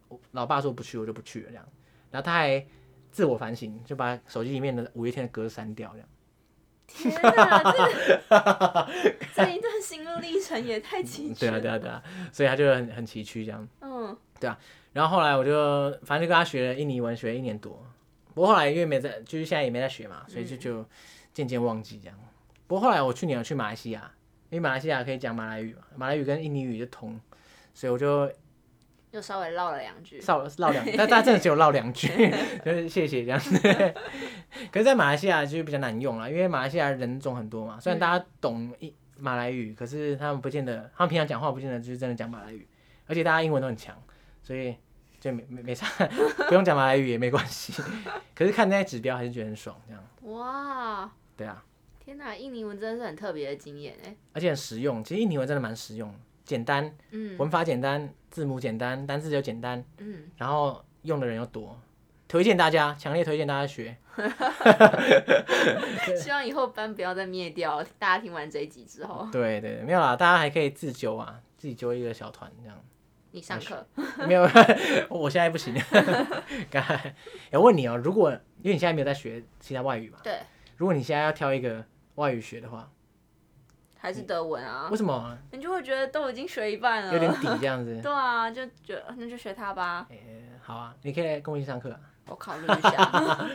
A: 我老爸说不去，我就不去了。”这样，然后他还自我反省，就把手机里面的五月天的歌删掉，这样。
B: 天哪，
A: (laughs)
B: 这这一段心路历程也太崎岖。
A: 对啊，对啊，对啊，所以他就很很崎岖这样。
B: 嗯，
A: 然后后来我就反正就跟他学了印尼文，学了一年多。不过后来因为没在，就是现在也没在学嘛，所以就就渐渐忘记这样。不过后来我去年有去马来西亚，因为马来西亚可以讲马来语嘛，马来语跟印尼语就通，所以我就
B: 又稍微唠了两句。
A: 唠唠两，但但真的只有唠两句，就是谢谢这样子。 (laughs) 可是，在马来西亚就比较难用啦，因为马来西亚人种很多嘛，虽然大家懂一马来语，可是他们不见得，他们平常讲话不见得就是真的讲马来语，而且大家英文都很强，所以就没没没差， (laughs) 不用讲马来语也没关系。 (laughs) 可是看那些指标还是觉得很爽，这样
B: 哇，
A: 对啊，
B: 天哪，印尼文真的是很特别的经验哎。
A: 而且很实用。其实印尼文真的蛮实用，简单，
B: 嗯
A: 文法简单，字母简单，单字又简单， (laughs)
B: 嗯，
A: 然后用的人又多，推荐大家，强烈推荐大家学。
B: 希望以后班不要再灭掉。大家听完这一集之后，
A: 对对，对没有啦，大家还可以自纠啊，自己纠一个小团这样。
B: 你上课。
A: 没有， (laughs) 我现在不行。 (laughs) 干哎、我问你哦，如果因为你现在没有在学其他外语嘛，
B: 对，
A: 如果你现在要挑一个外语学的话，
B: 还是德文啊嗯
A: 为，什么啊
B: 你就会觉得都已经学一半
A: 有点
B: 了。
A: 底这样子？ (laughs)
B: 对啊，就觉得那就学它吧，
A: 哎好啊，你可以来跟我一起上课、啊，
B: 我考虑
A: (laughs)
B: 一下。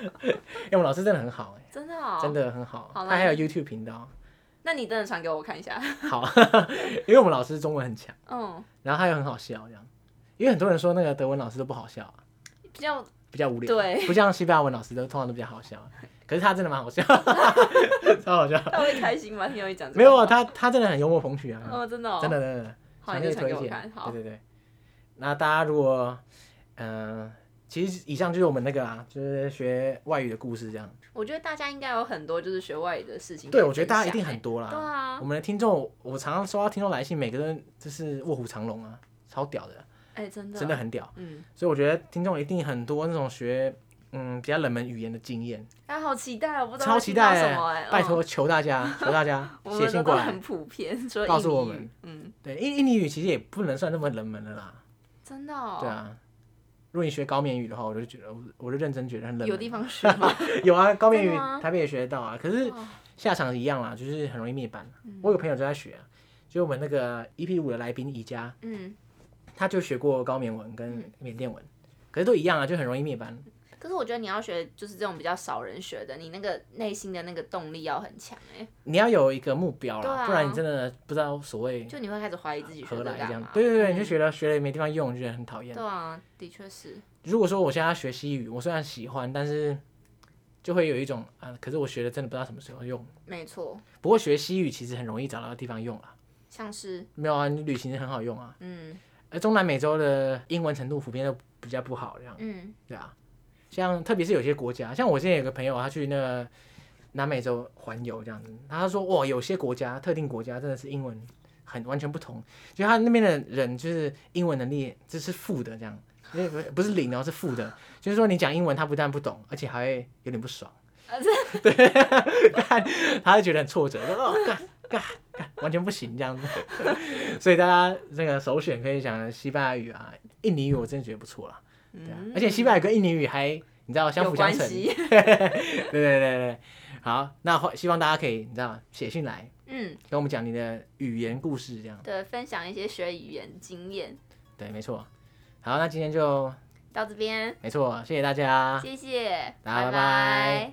A: 因为我们老师真的很好、哎，
B: 真的哦，
A: 真。的很好，
B: 好啦
A: 他还有 YouTube 频道， (laughs)
B: 那你真的传给我看一下。
A: 好，因为我们老师中文很强，
B: 嗯，
A: 然后他又很好笑这样，因为很多人说那个德文老师都不好笑、啊，
B: 比较
A: 比较无聊，
B: 对
A: 不像西班牙文老师都通常都比较好笑，啊可是他真的蛮好笑， (laughs) 超好笑。
B: 他会开心吗？听到你讲这个
A: 没有啊，
B: 话
A: 他他真的很幽默风趣啊，
B: 哦，真的哦，
A: 真的真的，
B: 好，
A: 强
B: 你就
A: 烈
B: 传
A: 推
B: 给我
A: 荐
B: 看。。好
A: 对，对对，那大家如果嗯、呃其实以上就是我们那个啊，就是学外语的故事这样。
B: 我觉得大家应该有很多就是学外语的事情可以分享欸。
A: 对，我觉得大家一定很多
B: 对
A: 啦。
B: 啊
A: 我，们的听众，我常常收到听众来信，每个人就是卧虎藏龙啊，超屌的，
B: 哎，真的
A: 真的，很屌。
B: 嗯，
A: 所以我觉得听众一定很多那种学嗯比较冷门语言的经验。
B: 大家好期待哦，我不知道
A: 超
B: 会
A: 期
B: 听到
A: 待欸
B: 什么哎，
A: 拜
B: 嗯，
A: 托求大家，求大家
B: (laughs) 我
A: 写
B: 们
A: 信
B: 都
A: 过来
B: 很。普遍，说
A: 告诉
B: 印尼
A: 我
B: 语
A: 们，
B: 嗯，
A: 对，印印尼语其实也不能算那么冷门的啦。
B: 真的哦，
A: 对，啊，如果你学高棉语的话，我就觉得我我就认真觉得很冷门。
B: 有地方学
A: (laughs)
B: 吗？
A: 有啊，高棉
B: 真
A: 语
B: 的吗哦
A: 台北也学得到啊，可是
B: 哇
A: 下场一样啦，就是很容易灭班。
B: 嗯
A: 我有个朋友就在学、啊，就我们那个 EP 五的来宾宜家，
B: 嗯，
A: 他就学过高棉文跟
B: 嗯
A: 缅甸文，可是都一样啊，就很容易灭班。
B: 可是我觉得你要学就是这种比较少人学的，你那个内心的那个动力要很强哎、
A: 你要有一个目标
B: 对
A: 啦，
B: 啊
A: 不然你真的不知道所谓
B: 就你会开始怀疑自己学
A: 何来
B: 的
A: 这
B: 干
A: 样
B: 嘛。。
A: 对对对，你就
B: 嗯
A: 学了学了也没地方用，就觉得很讨厌。
B: 对啊，的确是，
A: 如果说我现在要学西语，我虽然喜欢，但是就会有一种啊，可是我学的真的不知道什么时候用。
B: 没错，
A: 不过学西语其实很容易找到地方用啦，
B: 像是
A: 没有啊，你旅行很好用啊。
B: 嗯
A: 而中南美洲的英文程度普遍都比较不好，这样
B: 嗯
A: 对啊。像特别是有些国家，像我之前有个朋友，他去那个南美洲环游这样子，他说哇，有些国家特定国家真的是英文很完全不同，就他那边的人就是英文能力这是负的这样，因为不不是零哦，是负的，就是说你讲英文他不但不懂，而且还会有点不爽，
B: 啊
A: 对，他会觉得很挫折，说哦，干干干，完全不行这样子，所以大家那个首选可以讲西班牙语啊，印尼语我真的觉得不错啦，对啊，
B: 嗯，
A: 而且西班牙语跟印尼语还你知道相
B: 有
A: 辅相
B: 关
A: 成，
B: 系，
A: 对对对对，好，那欢希望大家可以你知道写信来
B: 嗯，
A: 跟我们讲你的语言故事，这样
B: 对，分享一些学语言经验。
A: 对，没错。好，那今天就
B: 到这边，
A: 没错，谢谢大家，
B: 谢谢，
A: 大家拜拜
B: 拜